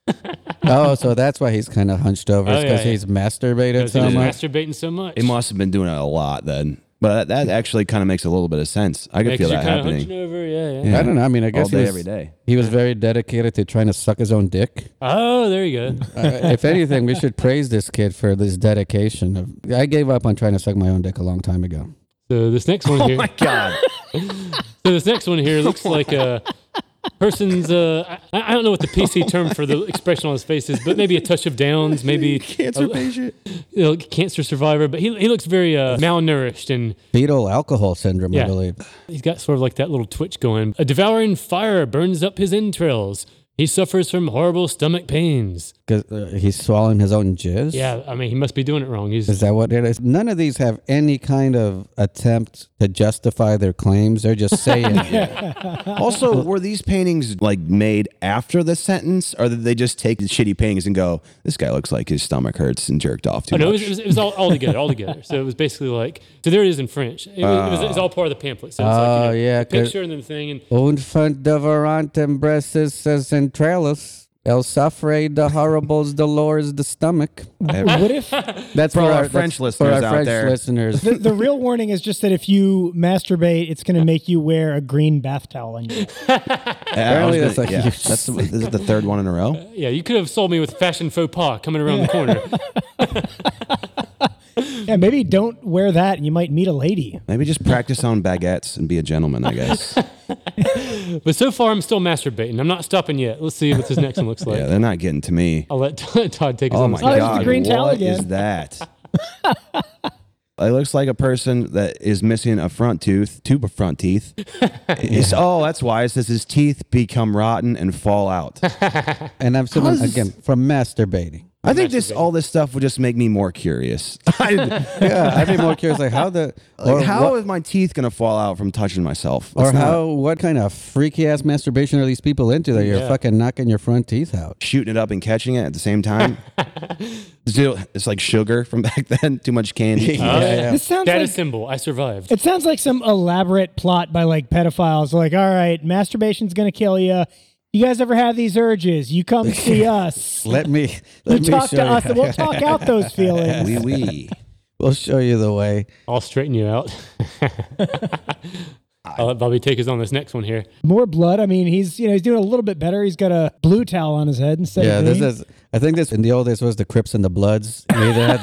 Speaker 2: oh, so that's why he's kind of hunched over,
Speaker 1: Oh,
Speaker 2: because
Speaker 1: yeah, yeah.
Speaker 2: he's masturbated
Speaker 1: Because he
Speaker 2: so
Speaker 1: was
Speaker 2: much.
Speaker 1: masturbating so much.
Speaker 7: He must have been doing it a lot then. But that, that actually kind of makes a little bit of sense. I could
Speaker 1: Because
Speaker 7: feel
Speaker 1: you're
Speaker 7: that
Speaker 1: kind of hunching
Speaker 7: happening.
Speaker 1: over. Yeah, yeah.
Speaker 2: I don't know. I mean, I guess
Speaker 7: day,
Speaker 2: he was,
Speaker 7: every day.
Speaker 2: He was very dedicated to trying to suck his own dick.
Speaker 1: Oh, there you go.
Speaker 2: Uh, if anything, we should praise this kid for this dedication. Of, I gave up on trying to suck my own dick a long time ago.
Speaker 1: So this next
Speaker 7: Oh
Speaker 1: one here.
Speaker 7: God,
Speaker 1: So this next one here looks like a person's. Uh, I, I don't know what the PC term for the expression on his face is, but maybe a touch of downs, maybe
Speaker 7: cancer patient.
Speaker 1: you know, cancer survivor. But he he looks very uh, malnourished and
Speaker 2: Fetal alcohol syndrome,
Speaker 1: Yeah.
Speaker 2: I believe.
Speaker 1: he's got sort of like that little twitch going. A devouring fire burns up his entrails. He suffers from horrible stomach pains.
Speaker 2: Because uh, he's swallowing his own jizz.
Speaker 1: Yeah, I mean he must be doing it wrong. He's
Speaker 2: Is that what it is? None of these have any kind of attempt to justify their claims. They're just saying.
Speaker 7: Also, were these paintings like made after the sentence, or did they just take the shitty paintings and go, "This guy looks like his stomach hurts and jerked off too
Speaker 1: Oh, no, it
Speaker 7: much"?
Speaker 1: was, it was, it was all, all together, all together. So it was basically like, so there it is in French. It, was, it, was, it was all part of the pamphlet. So it's like,
Speaker 2: Uh, Oh,
Speaker 1: you know,
Speaker 2: yeah,
Speaker 1: the
Speaker 2: 'cause-
Speaker 1: picture and then the thing. And
Speaker 2: Un fant devorant embraces as entralis. El sufre the horribles dolores the stomach.
Speaker 3: what if
Speaker 2: That's
Speaker 7: For our
Speaker 2: that's
Speaker 7: French
Speaker 2: for
Speaker 7: listeners
Speaker 2: our
Speaker 7: out
Speaker 2: French
Speaker 7: there.
Speaker 2: listeners.
Speaker 3: the, the real warning is just that if you masturbate, it's going to make you wear a green bath towel on you?
Speaker 7: Yeah, I was
Speaker 2: Apparently that's
Speaker 7: gonna-
Speaker 2: like-
Speaker 7: yeah, that's the- this is the third one in a row.
Speaker 1: yeah, you could have sold me with fashion faux pas coming around the corner.
Speaker 3: Yeah, maybe don't wear that and you might meet a lady.
Speaker 7: Maybe just practice on baguettes and be a gentleman, I guess.
Speaker 1: But so far, I'm still masturbating. I'm not stopping yet. Let's see what this next one looks like.
Speaker 7: Yeah, they're not getting to me.
Speaker 1: I'll let Todd take us
Speaker 7: Oh
Speaker 1: on
Speaker 7: my
Speaker 1: this next
Speaker 3: it's
Speaker 7: god,
Speaker 3: the
Speaker 1: one.
Speaker 3: green
Speaker 7: what
Speaker 3: towel again.
Speaker 7: is that? it looks like a person that is missing a front tooth, two b- front teeth. It's, oh, that's why it says his teeth become rotten and fall out.
Speaker 2: and I'm
Speaker 7: How
Speaker 2: someone,
Speaker 7: is this-
Speaker 2: again, from masturbating.
Speaker 7: I think this all this stuff would just make me more curious. I,
Speaker 2: Yeah, I'd be more curious, like, how the. or
Speaker 7: like, how
Speaker 2: what-
Speaker 7: is my teeth gonna fall out from touching myself?
Speaker 2: Or
Speaker 7: That's not
Speaker 2: how? What kind of freaky ass masturbation are these people into that you're
Speaker 1: Yeah.
Speaker 2: fucking knocking your front teeth out?
Speaker 7: shooting it up and catching it at the same time? Still, it's like sugar from back then. Too much candy.
Speaker 2: Oh,
Speaker 3: This sounds
Speaker 1: That
Speaker 3: like
Speaker 1: is symbol. I survived.
Speaker 3: It sounds like some elaborate plot by like pedophiles. Like, all right, masturbation's gonna kill you. You guys ever have these urges? You come see us.
Speaker 2: Let me.
Speaker 3: you
Speaker 2: Let me
Speaker 3: talk
Speaker 2: show
Speaker 3: to us.
Speaker 2: You.
Speaker 3: and We'll talk out those feelings.
Speaker 7: Wee wee.
Speaker 2: We'll show you the way.
Speaker 1: I'll straighten you out. I'll let Bobby take us on this next one here.
Speaker 3: More blood. I mean, he's you know he's doing a little bit better. He's got a blue towel on his head instead.
Speaker 2: Yeah,
Speaker 3: of
Speaker 2: this
Speaker 3: green.
Speaker 2: is. I think this in the old days was the Crips and the Bloods. You either had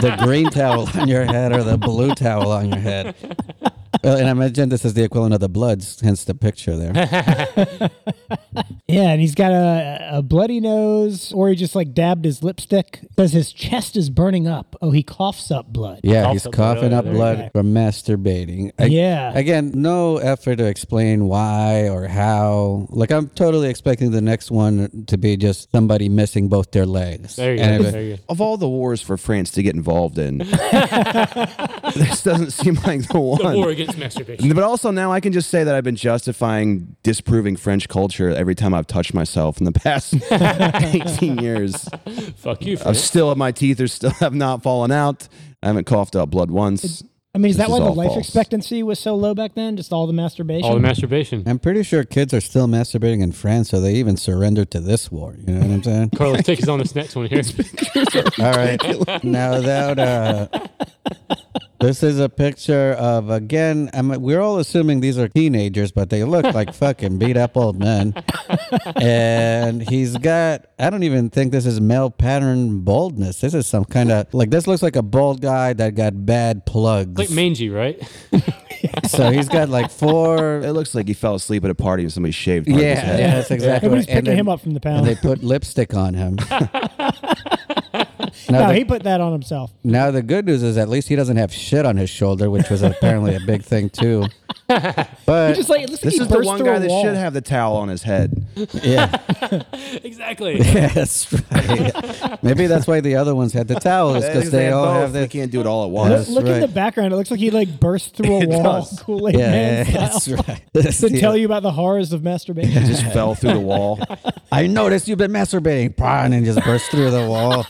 Speaker 2: the, the green towel on your head or the blue towel on your head. Well, and I imagine this is the equivalent of the Bloods, hence the picture there.
Speaker 3: Yeah, and he's got a, a bloody nose, or he just like dabbed his lipstick. Says his chest is burning up. Oh, he coughs up blood.
Speaker 2: Yeah,
Speaker 1: Cough
Speaker 2: he's
Speaker 1: up blood.
Speaker 2: coughing up
Speaker 1: There you
Speaker 2: blood from masturbating. I-
Speaker 3: Yeah.
Speaker 2: Again, no effort to explain why or how. Like, I'm totally expecting the next one to be just somebody missing both their legs.
Speaker 1: There you
Speaker 2: And
Speaker 1: go.
Speaker 2: if-
Speaker 1: There you go.
Speaker 7: Of all the wars for France to get involved in, this doesn't seem like the one.
Speaker 1: The war against masturbation.
Speaker 7: But also now I can just say that I've been justifying disproving French culture every time I've touched myself in the past 18 years.
Speaker 1: Fuck you.
Speaker 7: I've
Speaker 1: Frank.
Speaker 7: still my teeth are still have not fallen out. I haven't coughed out blood once.
Speaker 3: I mean, is
Speaker 7: This
Speaker 3: that why
Speaker 7: is
Speaker 3: the
Speaker 7: all
Speaker 3: life
Speaker 7: false.
Speaker 3: expectancy was so low back then? Just all the masturbation.
Speaker 1: All the masturbation.
Speaker 2: I'm pretty sure kids are still masturbating in France, so they even surrendered to this war. You know what I'm saying?
Speaker 1: Carlos, take us on this next one here.
Speaker 2: All right. Now that uh, this is a picture of again, I mean, we're all assuming these are teenagers, but they look like fucking beat up old men. And he's got I don't even think this is male pattern baldness. This is some kind of like this looks like a bald guy that got bad plugs.
Speaker 1: Like mangy, right?
Speaker 2: so he's got like
Speaker 7: It
Speaker 2: four.
Speaker 7: looks like he fell asleep at a party and somebody shaved
Speaker 2: Yeah,
Speaker 7: part of his head.
Speaker 2: yeah, that's exactly.
Speaker 3: Everybody's
Speaker 2: right. And
Speaker 3: picking
Speaker 2: then-
Speaker 3: him up from the
Speaker 2: and
Speaker 3: pound.
Speaker 2: they put lipstick on him. now,
Speaker 3: no,
Speaker 2: the,
Speaker 3: he put that on himself.
Speaker 2: now the good news is at least he doesn't have shit on his shoulder, which was apparently a big thing too. But
Speaker 3: Just like it looks like
Speaker 7: This
Speaker 3: he
Speaker 7: is the
Speaker 3: burst
Speaker 7: one
Speaker 3: through
Speaker 7: guy
Speaker 3: a
Speaker 7: that
Speaker 3: wall.
Speaker 7: should have the towel on his head.
Speaker 2: yeah,
Speaker 1: exactly.
Speaker 2: yeah, that's right. Maybe that's why the other ones had the towels because they all have
Speaker 7: They
Speaker 2: the
Speaker 7: can't do it all at
Speaker 2: That's
Speaker 3: Look,
Speaker 7: once.
Speaker 3: look
Speaker 2: right.
Speaker 3: in the background. It looks like he like burst through a
Speaker 7: It
Speaker 3: wall.
Speaker 7: does.
Speaker 3: Kool Aid
Speaker 2: yeah,
Speaker 3: Man style.
Speaker 2: that's right. That's
Speaker 3: To
Speaker 2: the-
Speaker 3: tell you about the horrors of masturbation.
Speaker 7: Just fell through the wall.
Speaker 2: I noticed you've been masturbating, Prawn, and just burst through the wall.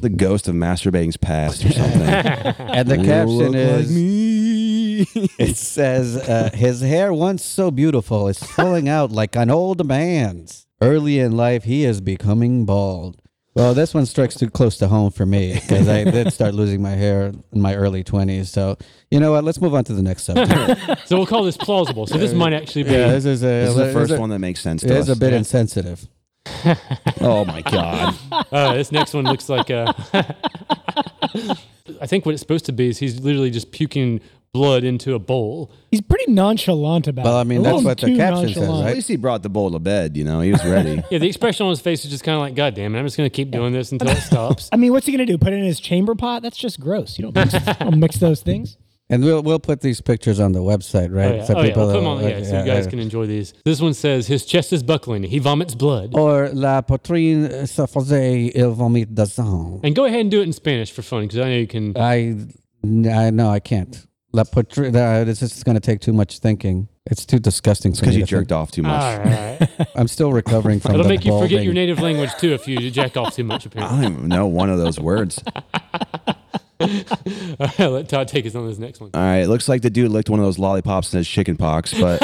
Speaker 7: The ghost of masturbating's past or something.
Speaker 2: And the
Speaker 7: You
Speaker 2: caption
Speaker 7: look like
Speaker 2: is It says uh, his hair once so beautiful is falling out like an old man's. Early in life he is becoming bald. Well, this one strikes too close to home for me because I did start losing my hair in my early 20s. So, you know what? Let's move on to the next subject.
Speaker 1: So we'll call this plausible. So this might actually be.
Speaker 2: yeah, this is, a,
Speaker 7: This is the
Speaker 2: this
Speaker 7: first
Speaker 2: is a-
Speaker 7: one that makes sense
Speaker 2: It
Speaker 7: to
Speaker 2: is
Speaker 7: us.
Speaker 2: a bit insensitive.
Speaker 7: oh my god.
Speaker 1: Uh, this next one looks like. Uh, I think what it's supposed to be is he's literally just puking blood into a bowl.
Speaker 3: He's pretty nonchalant about
Speaker 2: Well,
Speaker 3: it.
Speaker 2: I mean,
Speaker 3: A
Speaker 2: that's
Speaker 3: little
Speaker 2: what the
Speaker 3: too
Speaker 2: caption says,
Speaker 3: nonchalant.
Speaker 7: At
Speaker 2: right?
Speaker 7: least he brought the bowl to bed, you know. He was ready.
Speaker 1: Yeah, the expression on his face is just kind of like, God damn it, I'm just going to keep doing this until it stops.
Speaker 3: I mean, what's he gonna do? Put it in his chamber pot? That's just gross. You don't mix, don't mix those things.
Speaker 2: And we'll, we'll put these pictures on the website,
Speaker 1: Oh,
Speaker 2: right?
Speaker 1: yeah. Oh, yeah. We'll put them on,
Speaker 2: will-
Speaker 1: yeah, so you guys
Speaker 2: yeah.
Speaker 1: can enjoy these. This one says, His chest is buckling. He vomits blood.
Speaker 2: Or la poitrine se faisait il vomit de sang.
Speaker 1: And go ahead and do it in Spanish for fun because I know you can.
Speaker 2: I, I no, I can't. La poitrine. Uh, this is going to take too much thinking. It's too disgusting.
Speaker 7: Because you jerked off too much.
Speaker 1: All right.
Speaker 2: I'm still recovering from.
Speaker 1: It'll
Speaker 2: the
Speaker 1: make you forget your
Speaker 2: balding.
Speaker 1: native language too if you jack off too much, apparently.
Speaker 7: I don't even know one of those words.
Speaker 1: All right, let Todd take us on this next one.
Speaker 7: All right, it looks like the dude licked one of those lollipops in his chicken pox, but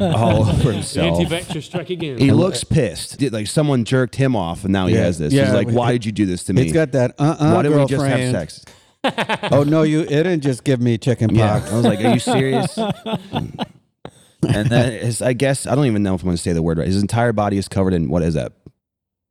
Speaker 7: all over himself.
Speaker 1: Anti vaxxer strike again.
Speaker 7: He looks pissed. Did- like someone jerked him off, and now he
Speaker 2: Yeah,
Speaker 7: has this.
Speaker 2: yeah,
Speaker 7: He's like,
Speaker 2: we-
Speaker 7: "Why did you do this to me?
Speaker 2: It's got that. Uh, uh
Speaker 7: Why did we just
Speaker 2: girlfriend.
Speaker 7: have sex?"
Speaker 2: Oh no, you didn't just give me chicken
Speaker 7: Yeah,
Speaker 2: pox.
Speaker 7: I was like, "Are you serious?" and then his, I guess I don't even know if I'm going to say the word right. His entire body is covered in what is that?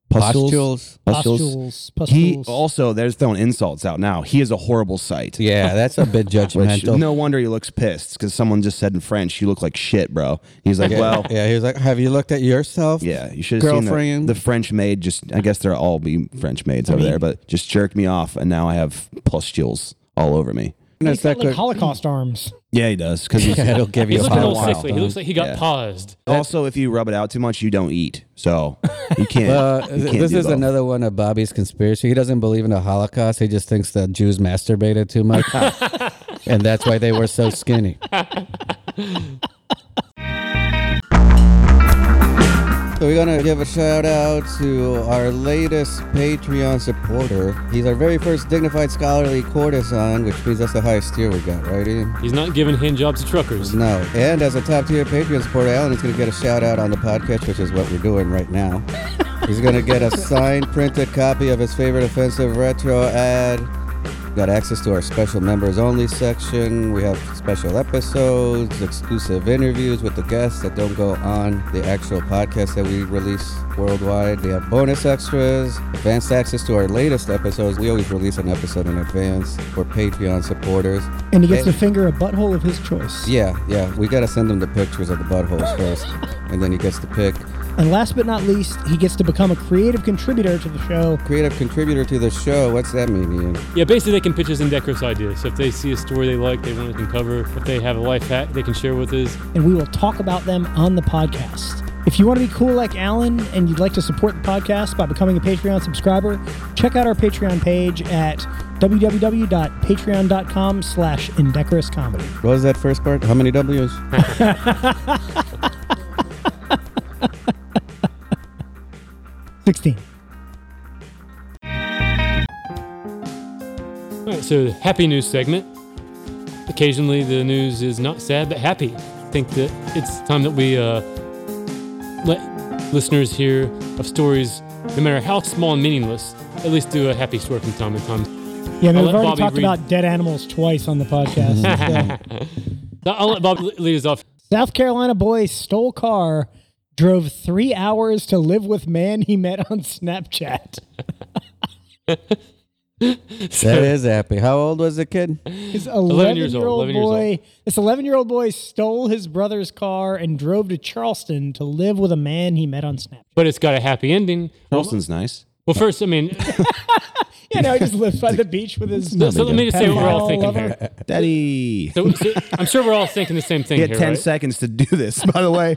Speaker 2: Pustules.
Speaker 3: Pustules.
Speaker 7: He
Speaker 3: Pustules.
Speaker 7: also they're throwing insults out now. He is a horrible sight.
Speaker 2: Yeah, that's a bit
Speaker 7: Which,
Speaker 2: judgmental.
Speaker 7: no wonder he looks pissed because someone just said in French, "You look like shit, bro." He's like,
Speaker 2: Yeah,
Speaker 7: "Well,
Speaker 2: yeah, he was like, "Have you looked at yourself?"
Speaker 7: yeah, you should have seen
Speaker 2: Girlfriend.
Speaker 7: the, the French maid. Just I guess they're all be French maids over there, but just jerked me off, and now I have pustules all over me."
Speaker 2: And
Speaker 3: He's
Speaker 2: it's that
Speaker 3: got like
Speaker 2: could-
Speaker 3: Holocaust arms.
Speaker 7: Yeah, he does because he's
Speaker 2: It'll give
Speaker 1: He's
Speaker 2: you a
Speaker 1: looking a
Speaker 2: hot
Speaker 1: little
Speaker 7: Wow.
Speaker 2: wild
Speaker 1: sickly. He
Speaker 2: stone.
Speaker 1: looks like he got
Speaker 7: Yeah.
Speaker 1: paused.
Speaker 7: Also, if you rub it out too much, you don't eat. So you can't.
Speaker 2: Uh,
Speaker 7: you can't
Speaker 2: this
Speaker 7: do
Speaker 2: is
Speaker 7: both.
Speaker 2: another one of Bobby's conspiracy. He doesn't believe in the Holocaust. He just thinks that Jews masturbated too much, and that's why they were so skinny. So we're gonna give a shout out to our latest Patreon supporter. He's our very first dignified scholarly courtesan, which means that's the highest tier we got, right, Ian?
Speaker 1: He's not giving hand jobs to truckers.
Speaker 2: No. And as a top tier Patreon supporter, Alan is going to get a shout out on the podcast, which is what we're doing right now. He's going to get a signed printed copy of his favorite offensive retro ad. Got access to our special members only section. We have special episodes, exclusive interviews with the guests that don't go on the actual podcast that we release worldwide. We have bonus extras, advanced access to our latest episodes. We always release an episode in advance for Patreon supporters.
Speaker 3: And he gets
Speaker 2: Hey.
Speaker 3: to finger a butthole of his choice.
Speaker 2: Yeah, yeah. We gotta send him the pictures of the buttholes first, and then he gets to pick.
Speaker 3: And last but not least, he gets to become a creative contributor to the show.
Speaker 2: Creative contributor to the show. What's that mean, Ian?
Speaker 1: Yeah, basically they can pitch us Indecro's ideas. So if they see a story they like, they want us to cover. If they have a life hack they can share with us.
Speaker 3: and we will talk about them on the podcast. If you want to be cool like Alan and you'd like to support the podcast by becoming a Patreon subscriber, check out our Patreon page at www.patreon.com slash indecorous comedy.
Speaker 2: What was that first part? How many W's?
Speaker 3: Sixteen.
Speaker 1: All right, so the happy news segment. Occasionally the news is not sad but happy. I think that it's time that we uh, let listeners hear of stories, no matter how small and meaningless, at least do a happy story from time to time.
Speaker 3: Yeah,
Speaker 1: I'll
Speaker 3: man, we've
Speaker 1: let
Speaker 3: already
Speaker 1: Bobby
Speaker 3: talked
Speaker 1: read.
Speaker 3: about dead animals twice on the podcast. So,
Speaker 1: So I'll let Bob lead us off.
Speaker 3: South Carolina boy stole car, drove three hours to live with man he met on Snapchat.
Speaker 2: That is happy. How old was the kid?
Speaker 3: His 11
Speaker 1: years
Speaker 3: year
Speaker 1: old,
Speaker 3: old
Speaker 1: 11 years old.
Speaker 3: boy, this 11 year old boy stole his brother's car and drove to Charleston to live with a man he met on Snapchat.
Speaker 1: But it's got a happy ending.
Speaker 7: Charleston's nice.
Speaker 1: Well, first, I mean,
Speaker 3: Yeah, no, he just lives by the beach with his.
Speaker 1: so let me just say what we're all
Speaker 3: Pedophile
Speaker 1: thinking
Speaker 3: lover.
Speaker 1: here.
Speaker 7: Daddy.
Speaker 1: So, so I'm sure we're all thinking the same thing
Speaker 7: He had
Speaker 1: here,
Speaker 7: 10
Speaker 1: right?
Speaker 7: seconds to do this, by the way.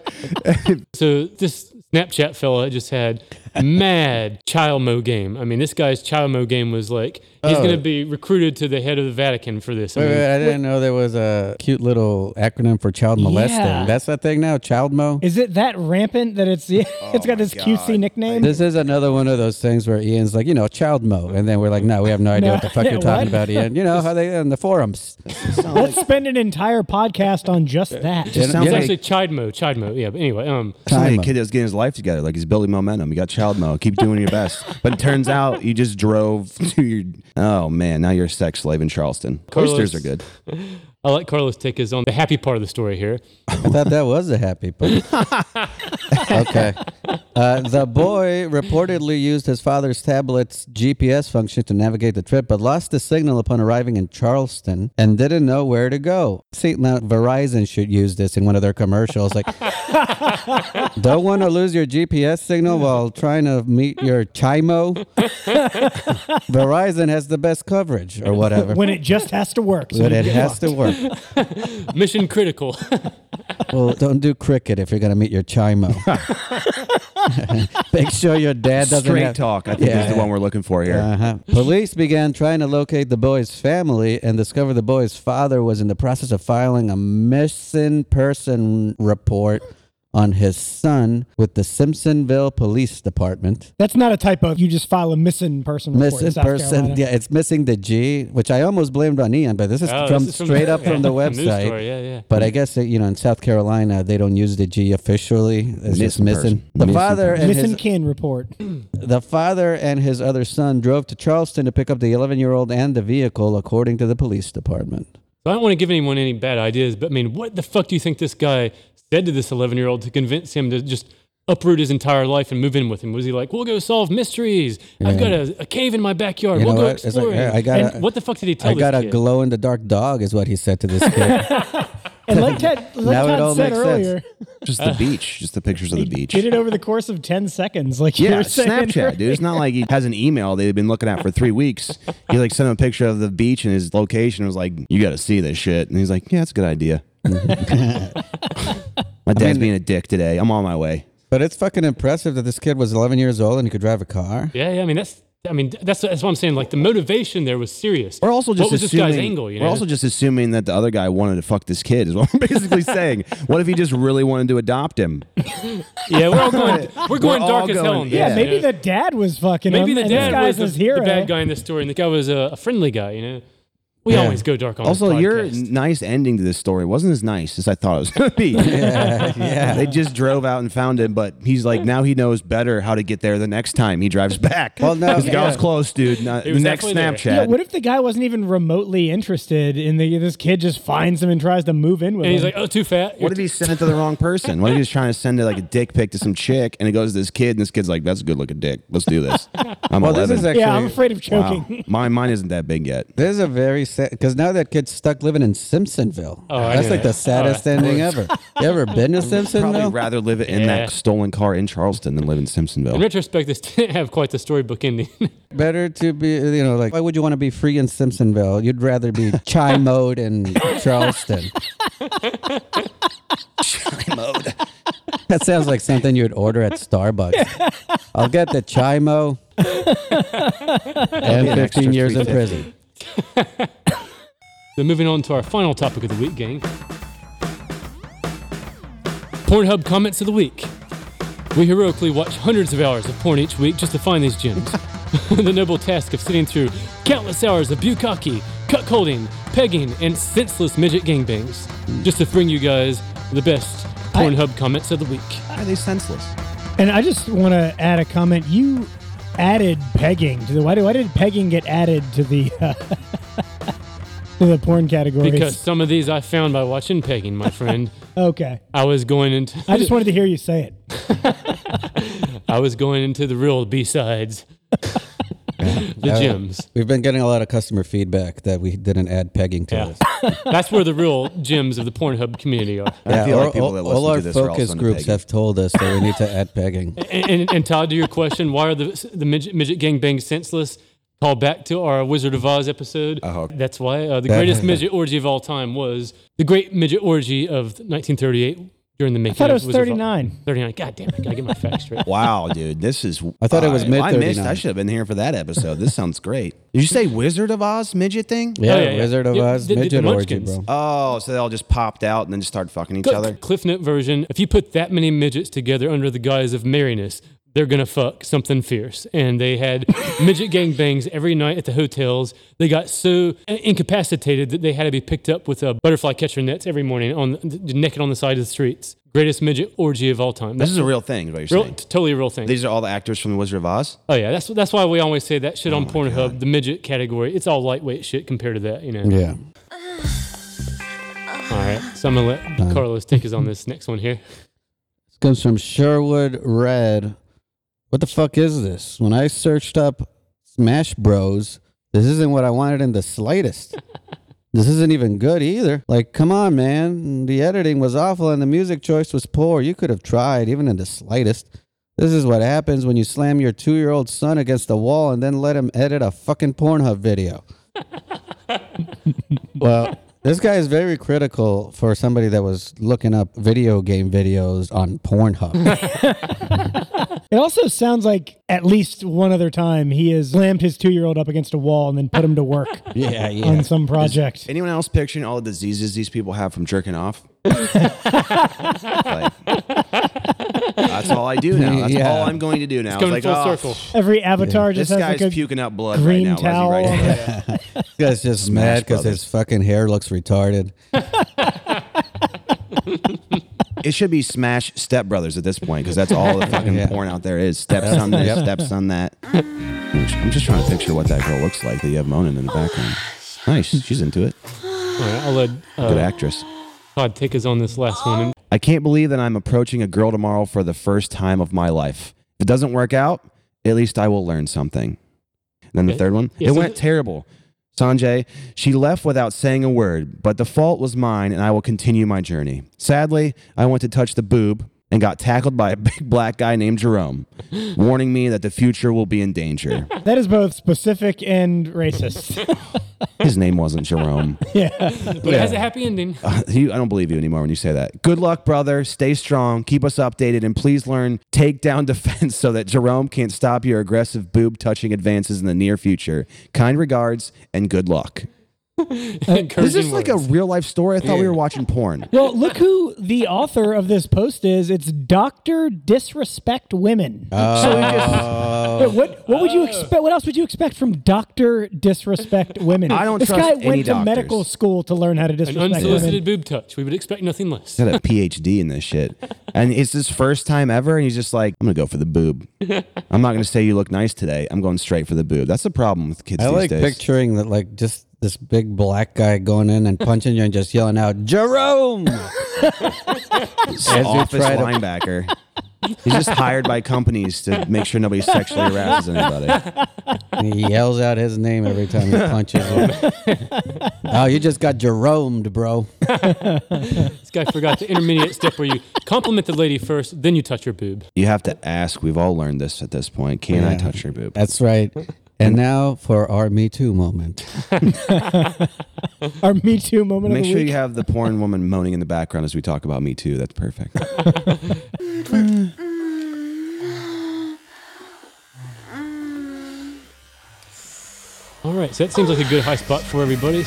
Speaker 1: So this Snapchat fella just had mad child mo game. I mean, this guy's child mo game was like he's going to be recruited to the head of the Vatican for this. I
Speaker 2: Oh. Wait,
Speaker 1: mean,
Speaker 2: wait, I didn't know there was a cute little acronym for child molesting.
Speaker 3: Yeah.
Speaker 2: That's the thing now, child mo.
Speaker 3: Is it that rampant that it's yeah, it's got this cutesy nickname?
Speaker 2: This is another one of those things where Ian's like, you know, child mo, and then we're like, no, we have no idea what the fuck
Speaker 3: yeah,
Speaker 2: you're talking
Speaker 3: what?
Speaker 2: about, Ian. You know how they in the forums.
Speaker 3: Let's spend an entire podcast on just that.
Speaker 7: Just sounds
Speaker 1: it's
Speaker 2: yeah.
Speaker 7: like
Speaker 1: actually child mo, child mo. Yeah, but anyway, um,
Speaker 7: It's like a
Speaker 2: Time.
Speaker 7: kid that was getting his life together, like he's building momentum. You got child mo. Keep doing your best. But it turns out you just drove to your. Oh man, now you're a sex slave in Charleston. Oysters
Speaker 1: Carlos.
Speaker 7: are good.
Speaker 1: I'll let Carlos take us on the happy part of the story here.
Speaker 2: I thought that was a happy part. okay. Uh, the boy reportedly used his father's tablet's GPS function to navigate the trip, but lost the signal upon arriving in Charleston and didn't know where to go. See, now Verizon should use this in one of their commercials. Like, don't want to lose your GPS signal while trying to meet your Chimo. Verizon has the best coverage or whatever.
Speaker 3: when it just has to work. So
Speaker 2: But
Speaker 3: you
Speaker 2: it
Speaker 3: get
Speaker 2: has to
Speaker 3: fucked.
Speaker 2: work.
Speaker 1: Mission critical.
Speaker 2: Well, don't do cricket if you're going to meet your chimo. Make sure your dad doesn't
Speaker 7: Straight
Speaker 2: have-
Speaker 7: talk. I think
Speaker 2: Yeah.
Speaker 7: is the one we're looking for here.
Speaker 2: Uh-huh. Police began trying to locate the boy's family and discovered the boy's father was in the process of filing a missing person report on his son with the Simpsonville Police Department.
Speaker 3: That's not a typo. You just file a missing person report. in
Speaker 2: Missing
Speaker 3: South
Speaker 2: person,
Speaker 3: Carolina.
Speaker 2: yeah, it's missing the G, which I almost blamed on Ian, but this is,
Speaker 1: Oh,
Speaker 2: from,
Speaker 1: this is from-
Speaker 2: straight up from the
Speaker 1: yeah, news
Speaker 2: website.
Speaker 1: story, yeah, yeah.
Speaker 2: But I guess that, you know in South Carolina they don't use the G officially. It's just
Speaker 7: Missing
Speaker 2: missing.
Speaker 7: person.
Speaker 2: The
Speaker 7: Missing
Speaker 2: father
Speaker 7: person.
Speaker 2: and
Speaker 3: Missing
Speaker 2: his
Speaker 3: kin report.
Speaker 2: the father and his other son drove to Charleston to pick up the 11 year old and the vehicle, according to the police department.
Speaker 1: So I don't want to give anyone any bad ideas, but I mean, what the fuck do you think this guy said to this 11 year old to convince him to just uproot his entire life and move in with him? Was he like, we'll go solve mysteries? I've got a, a cave in my backyard.
Speaker 2: You
Speaker 1: we'll
Speaker 2: know
Speaker 1: go
Speaker 2: what? It's like,
Speaker 1: exploring.
Speaker 2: yeah, I got
Speaker 1: And
Speaker 2: a-
Speaker 1: what the fuck did he tell
Speaker 2: I got
Speaker 1: this
Speaker 2: a
Speaker 1: kid?
Speaker 2: glow in the dark dog, is what he said to this kid.
Speaker 3: And like Ted, like
Speaker 2: Now it all
Speaker 3: Todd said
Speaker 2: makes sense.
Speaker 3: earlier,
Speaker 7: Just the beach. Just the pictures of the beach.
Speaker 3: did it over the course of ten seconds. Like you
Speaker 7: Yeah,
Speaker 3: were saying
Speaker 7: Snapchat, dude. It's not like he has an email they've been looking at for three weeks. He like sent him a picture of the beach and his location. It was like, you got to see this shit. And he's like, yeah, that's a good idea. My dad's being a dick today. I'm on my way.
Speaker 2: but it's fucking impressive that this kid was 11 years old and he could drive a car.
Speaker 1: Yeah, yeah. I mean, that's. I mean, that's that's what I'm saying. Like the motivation there was serious.
Speaker 7: We're also just
Speaker 1: what was this
Speaker 7: assuming,
Speaker 1: guy's angle? You know,
Speaker 7: We're also just assuming that the other guy wanted to fuck this kid. Is what we're basically saying. What if he just really wanted to adopt him?
Speaker 1: yeah. We're all going. We're going
Speaker 7: all
Speaker 1: dark as hell.
Speaker 7: going-
Speaker 1: on this,
Speaker 3: Yeah,
Speaker 7: Yeah.
Speaker 3: maybe
Speaker 1: you know?
Speaker 3: the dad was fucking.
Speaker 1: maybe
Speaker 3: him,
Speaker 1: the
Speaker 3: and
Speaker 1: dad
Speaker 3: this guy's
Speaker 1: was
Speaker 3: his
Speaker 1: the,
Speaker 3: hero.
Speaker 1: the bad guy in this story, and the guy was a, a friendly guy. You know, We
Speaker 2: Yeah.
Speaker 1: always go dark on.
Speaker 7: Also,
Speaker 1: this
Speaker 7: your
Speaker 1: podcast.
Speaker 7: nice ending to this story wasn't as nice as I thought it was going to be. yeah, yeah. They just drove out and found him, but he's like, now he knows better how to get there the next time he drives back.
Speaker 2: Well, no,
Speaker 7: This guy was
Speaker 2: yeah.
Speaker 7: close, dude. Not,
Speaker 1: He
Speaker 7: the
Speaker 1: was
Speaker 7: next
Speaker 1: halfway there.
Speaker 7: Snapchat.
Speaker 3: Yeah, what if the guy wasn't even remotely interested in the this kid just finds him and tries to move in
Speaker 1: and
Speaker 3: with him?
Speaker 1: he's like, "Oh, too fat."
Speaker 7: What if he sent it to the wrong person? What if he's trying to send it like a dick pic to some chick and it goes to this kid and this kid's like, that's a good looking dick. Let's do this. I'm
Speaker 2: Well,
Speaker 7: 11.
Speaker 2: this is actually
Speaker 3: yeah, I'm afraid of choking.
Speaker 7: Wow. My mine isn't that big yet.
Speaker 2: There's a very sad because now that kid's stuck living in Simpsonville.
Speaker 1: Oh, I
Speaker 2: That's
Speaker 1: knew
Speaker 2: like
Speaker 1: that.
Speaker 2: the saddest ending ever. You ever been to
Speaker 7: Probably
Speaker 2: Simpsonville?
Speaker 7: rather live in
Speaker 1: Yeah.
Speaker 7: that stolen car in Charleston than live in Simpsonville.
Speaker 1: In retrospect, this didn't have quite the storybook ending.
Speaker 2: Better to be, you know, like why would you want to be free in Simpsonville? You'd rather be Chai Mode in Charleston.
Speaker 7: Chai mode.
Speaker 2: That sounds like something you would order at Starbucks. I'll get the Chai Mo and
Speaker 7: an extra
Speaker 2: 15 years in prison.
Speaker 7: 350.
Speaker 1: then moving on to our final topic of the week, gang. Pornhub comments of the week. We heroically watch hundreds of hours of porn each week just to find these gems. the noble task of sitting through countless hours of bukkake, cuckolding, pegging, and senseless midget gangbangs just to bring you guys the best Pornhub comments of the week.
Speaker 7: Are they senseless?
Speaker 3: And I just want to add a comment. You added pegging to the why? Do, why did pegging get added to the uh, to the porn categories?
Speaker 1: Because some of these I found by watching pegging, my friend.
Speaker 3: okay,
Speaker 1: I was going into
Speaker 3: I just wanted to hear you say it.
Speaker 1: I was going into the real B sides, the
Speaker 2: Uh,
Speaker 1: gems.
Speaker 2: We've been getting a lot of customer feedback that we didn't add pegging to
Speaker 1: Yeah.
Speaker 2: this.
Speaker 1: That's where the real gems of the Pornhub community are.
Speaker 7: I feel
Speaker 2: all,
Speaker 7: like people that
Speaker 2: all-
Speaker 7: listen
Speaker 2: all
Speaker 7: to
Speaker 2: our
Speaker 7: this are also
Speaker 2: focus
Speaker 7: into
Speaker 2: groups
Speaker 7: pegging.
Speaker 2: have told us that we need to add pegging.
Speaker 1: And, and, and Todd, to your question, why are the the midget, midget gangbang senseless? Call back to our Wizard of Oz episode.
Speaker 7: Uh-huh.
Speaker 1: That's why uh, the greatest midget orgy of all time was the great midget orgy of 1938 during the making.
Speaker 3: I thought it
Speaker 1: of
Speaker 3: was
Speaker 1: Wizard of Oz.
Speaker 3: 39.
Speaker 1: 39. God damn it! Gotta get my facts straight.
Speaker 7: Wow, dude, this is.
Speaker 2: I thought it was
Speaker 7: I missed. I
Speaker 2: mid-39.
Speaker 7: should have been here for that episode. This sounds great. Did you say Wizard of Oz midget thing?
Speaker 2: Yeah,
Speaker 1: Oh, yeah, yeah.
Speaker 2: Wizard of
Speaker 1: Yeah,
Speaker 2: Oz,
Speaker 1: the- the- the
Speaker 2: midget orgy,
Speaker 1: munchkins.
Speaker 2: bro.
Speaker 7: Oh, so they all just popped out and then just started fucking each
Speaker 1: Cl-
Speaker 7: other.
Speaker 1: Cliff Note version. If you put that many midgets together under the guise of merriness, they're gonna fuck something fierce. And they had midget gangbangs every night at the hotels. They got so i- incapacitated that they had to be picked up with uh, butterfly catcher nets every morning on the, naked on the side of the streets. Greatest midget orgy of all time.
Speaker 7: This
Speaker 1: That's
Speaker 7: is a real thing, is what you're
Speaker 1: real,
Speaker 7: saying.
Speaker 1: t- totally a real thing.
Speaker 7: These are all the actors from the Wizard of Oz.
Speaker 1: oh yeah, that's that's why we always say that
Speaker 7: Oh
Speaker 1: shit on Pornhub. The midget category, it's all lightweight shit compared to that. You know.
Speaker 2: Yeah.
Speaker 1: All right, so I'm gonna let Carlos take us on this next one here.
Speaker 2: This comes from Sherwood Red. What the fuck is this? When I searched up Smash Bros, this isn't what I wanted in the slightest. this isn't even good either. Like, come on, man. The editing was awful and the music choice was poor. You could have tried, even in the slightest. This is what happens when you slam your two year old son against the wall and then let him edit a fucking Pornhub video. well, this guy is very critical for somebody that was looking up video game videos on Pornhub.
Speaker 3: It also sounds like at least one other time he has slammed his two year old up against a wall and then put him to work
Speaker 2: yeah, yeah.
Speaker 3: on some project.
Speaker 7: Anyone else picturing all the diseases these people have from jerking off? Like, that's all I do now. That's
Speaker 2: Yeah.
Speaker 7: all I'm going to do now. It's
Speaker 1: Going
Speaker 7: like,
Speaker 1: full
Speaker 7: oh,
Speaker 1: circle.
Speaker 3: Every avatar
Speaker 7: This
Speaker 3: just has
Speaker 7: guy's
Speaker 3: like a
Speaker 7: puking up blood right
Speaker 3: green
Speaker 7: now. as he
Speaker 3: towel.
Speaker 7: writes that.
Speaker 2: This guy's just
Speaker 7: Smash
Speaker 2: mad because
Speaker 7: Brothers.
Speaker 2: his fucking hair looks retarded.
Speaker 7: It should be Smash Step Brothers at this point because that's all the fucking
Speaker 2: Yeah.
Speaker 7: porn out there is. Steps on this,
Speaker 2: Yep.
Speaker 7: steps on that. I'm just trying to picture what that girl looks like that you have moaning in the background. Nice, she's into it.
Speaker 1: All right, I'll let
Speaker 7: Good
Speaker 1: uh,
Speaker 7: actress.
Speaker 1: Todd take us on this last one. And
Speaker 7: I can't believe that I'm approaching a girl tomorrow for the first time of my life. If it doesn't work out, at least I will learn something. And then the
Speaker 1: Okay.
Speaker 7: third one,
Speaker 1: Yeah,
Speaker 7: it
Speaker 1: so
Speaker 7: went
Speaker 1: the-
Speaker 7: terrible. Sanjay, she left without saying a word, but the fault was mine and I will continue my journey. Sadly, I went to touch the boob and got tackled by a big black guy named Jerome, warning me that the future will be in danger.
Speaker 3: That is both specific and racist.
Speaker 7: His name wasn't Jerome. Oh.
Speaker 1: But it has a happy ending.
Speaker 7: You- I don't believe you anymore when you say that. Good luck, brother. Stay strong. Keep us updated, and please learn takedown defense so that Jerome can't stop your aggressive boob touching advances in the near future. Kind regards and good luck.
Speaker 1: Encouraging
Speaker 7: Is this like a
Speaker 1: words.
Speaker 7: real life story? I thought we were watching porn.
Speaker 3: Well, look who the author of this post is. It's Doctor Disrespect Women. so we
Speaker 7: Oh.
Speaker 3: just, Wait, what what would you expect? What else would you expect from Doctor Disrespect Women?
Speaker 7: I don't
Speaker 3: This
Speaker 7: trust
Speaker 3: guy
Speaker 7: any
Speaker 3: went to
Speaker 7: doctors.
Speaker 3: medical school to learn how to
Speaker 1: an
Speaker 3: disrespect
Speaker 1: unsolicited
Speaker 3: women.
Speaker 1: boob touch? We would expect nothing less.
Speaker 7: He's got a PhD in this shit. And it's his first time ever. And he's just like, I'm going to go for the boob. I'm not going to say you look nice today. I'm going straight for the boob. That's the problem with kids
Speaker 2: I
Speaker 7: these
Speaker 2: like
Speaker 7: days.
Speaker 2: picturing that, like just this big black guy going in and punching you and just yelling out, "Jerome!"
Speaker 7: It's
Speaker 2: as
Speaker 7: an
Speaker 2: you
Speaker 7: office
Speaker 2: try to-
Speaker 7: linebacker. he's just hired by companies to make sure nobody sexually harasses anybody.
Speaker 2: and he yells out his name every time he punches you. oh, you just got Jeromed, bro.
Speaker 1: This guy forgot the intermediate step where you compliment the lady first, then you touch your boob.
Speaker 7: You have to ask. We've all learned this at this point. Can I touch your boob?
Speaker 2: That's right. And now for our Me Too moment.
Speaker 3: Our Me Too moment
Speaker 7: Make
Speaker 3: of the
Speaker 7: sure
Speaker 3: week.
Speaker 7: you have the porn woman moaning in the background as we talk about Me Too. That's perfect.
Speaker 1: All right, so that seems like a good high spot for everybody.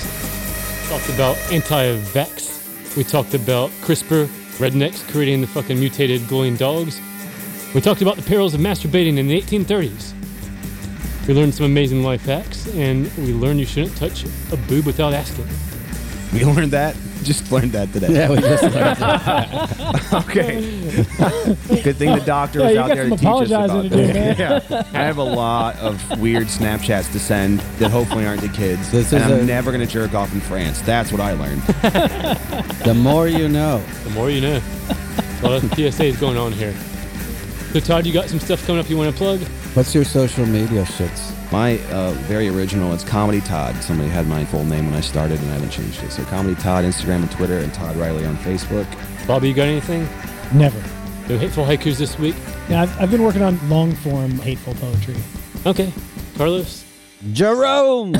Speaker 1: Talked about anti-vax. We talked about CRISPR, rednecks creating the fucking mutated glowing dogs. We talked about the perils of masturbating in the 1830s. We learned some amazing life hacks, and we learned you shouldn't touch a boob without asking.
Speaker 7: we learned that. Just learned that today.
Speaker 2: Yeah, we just
Speaker 7: Okay. Good thing the doctor was
Speaker 3: Yeah, you
Speaker 7: out
Speaker 3: got
Speaker 7: there
Speaker 3: some
Speaker 7: to teach us
Speaker 3: apologizing
Speaker 7: about
Speaker 3: to do,
Speaker 7: this. yeah. I have a lot of weird Snapchats to send that hopefully aren't to kids.
Speaker 2: This
Speaker 7: and
Speaker 2: is
Speaker 7: I'm
Speaker 2: a-
Speaker 7: never going to jerk off in France. That's what I learned.
Speaker 2: the more you know.
Speaker 1: The more you know. A lot of PSAs going on here. So Todd, you got some stuff coming up you want to plug?
Speaker 2: What's your social media shits?
Speaker 7: My uh, very original, it's Comedy Todd. Somebody had my full name when I started and I haven't changed it. So Comedy Todd, Instagram and Twitter, and Todd Riley on Facebook.
Speaker 1: Bobby, you got anything?
Speaker 3: Never.
Speaker 1: No hateful haikus this week?
Speaker 3: Yeah, I've, I've been working on long form hateful poetry.
Speaker 1: Okay. Carlos?
Speaker 2: Jerome!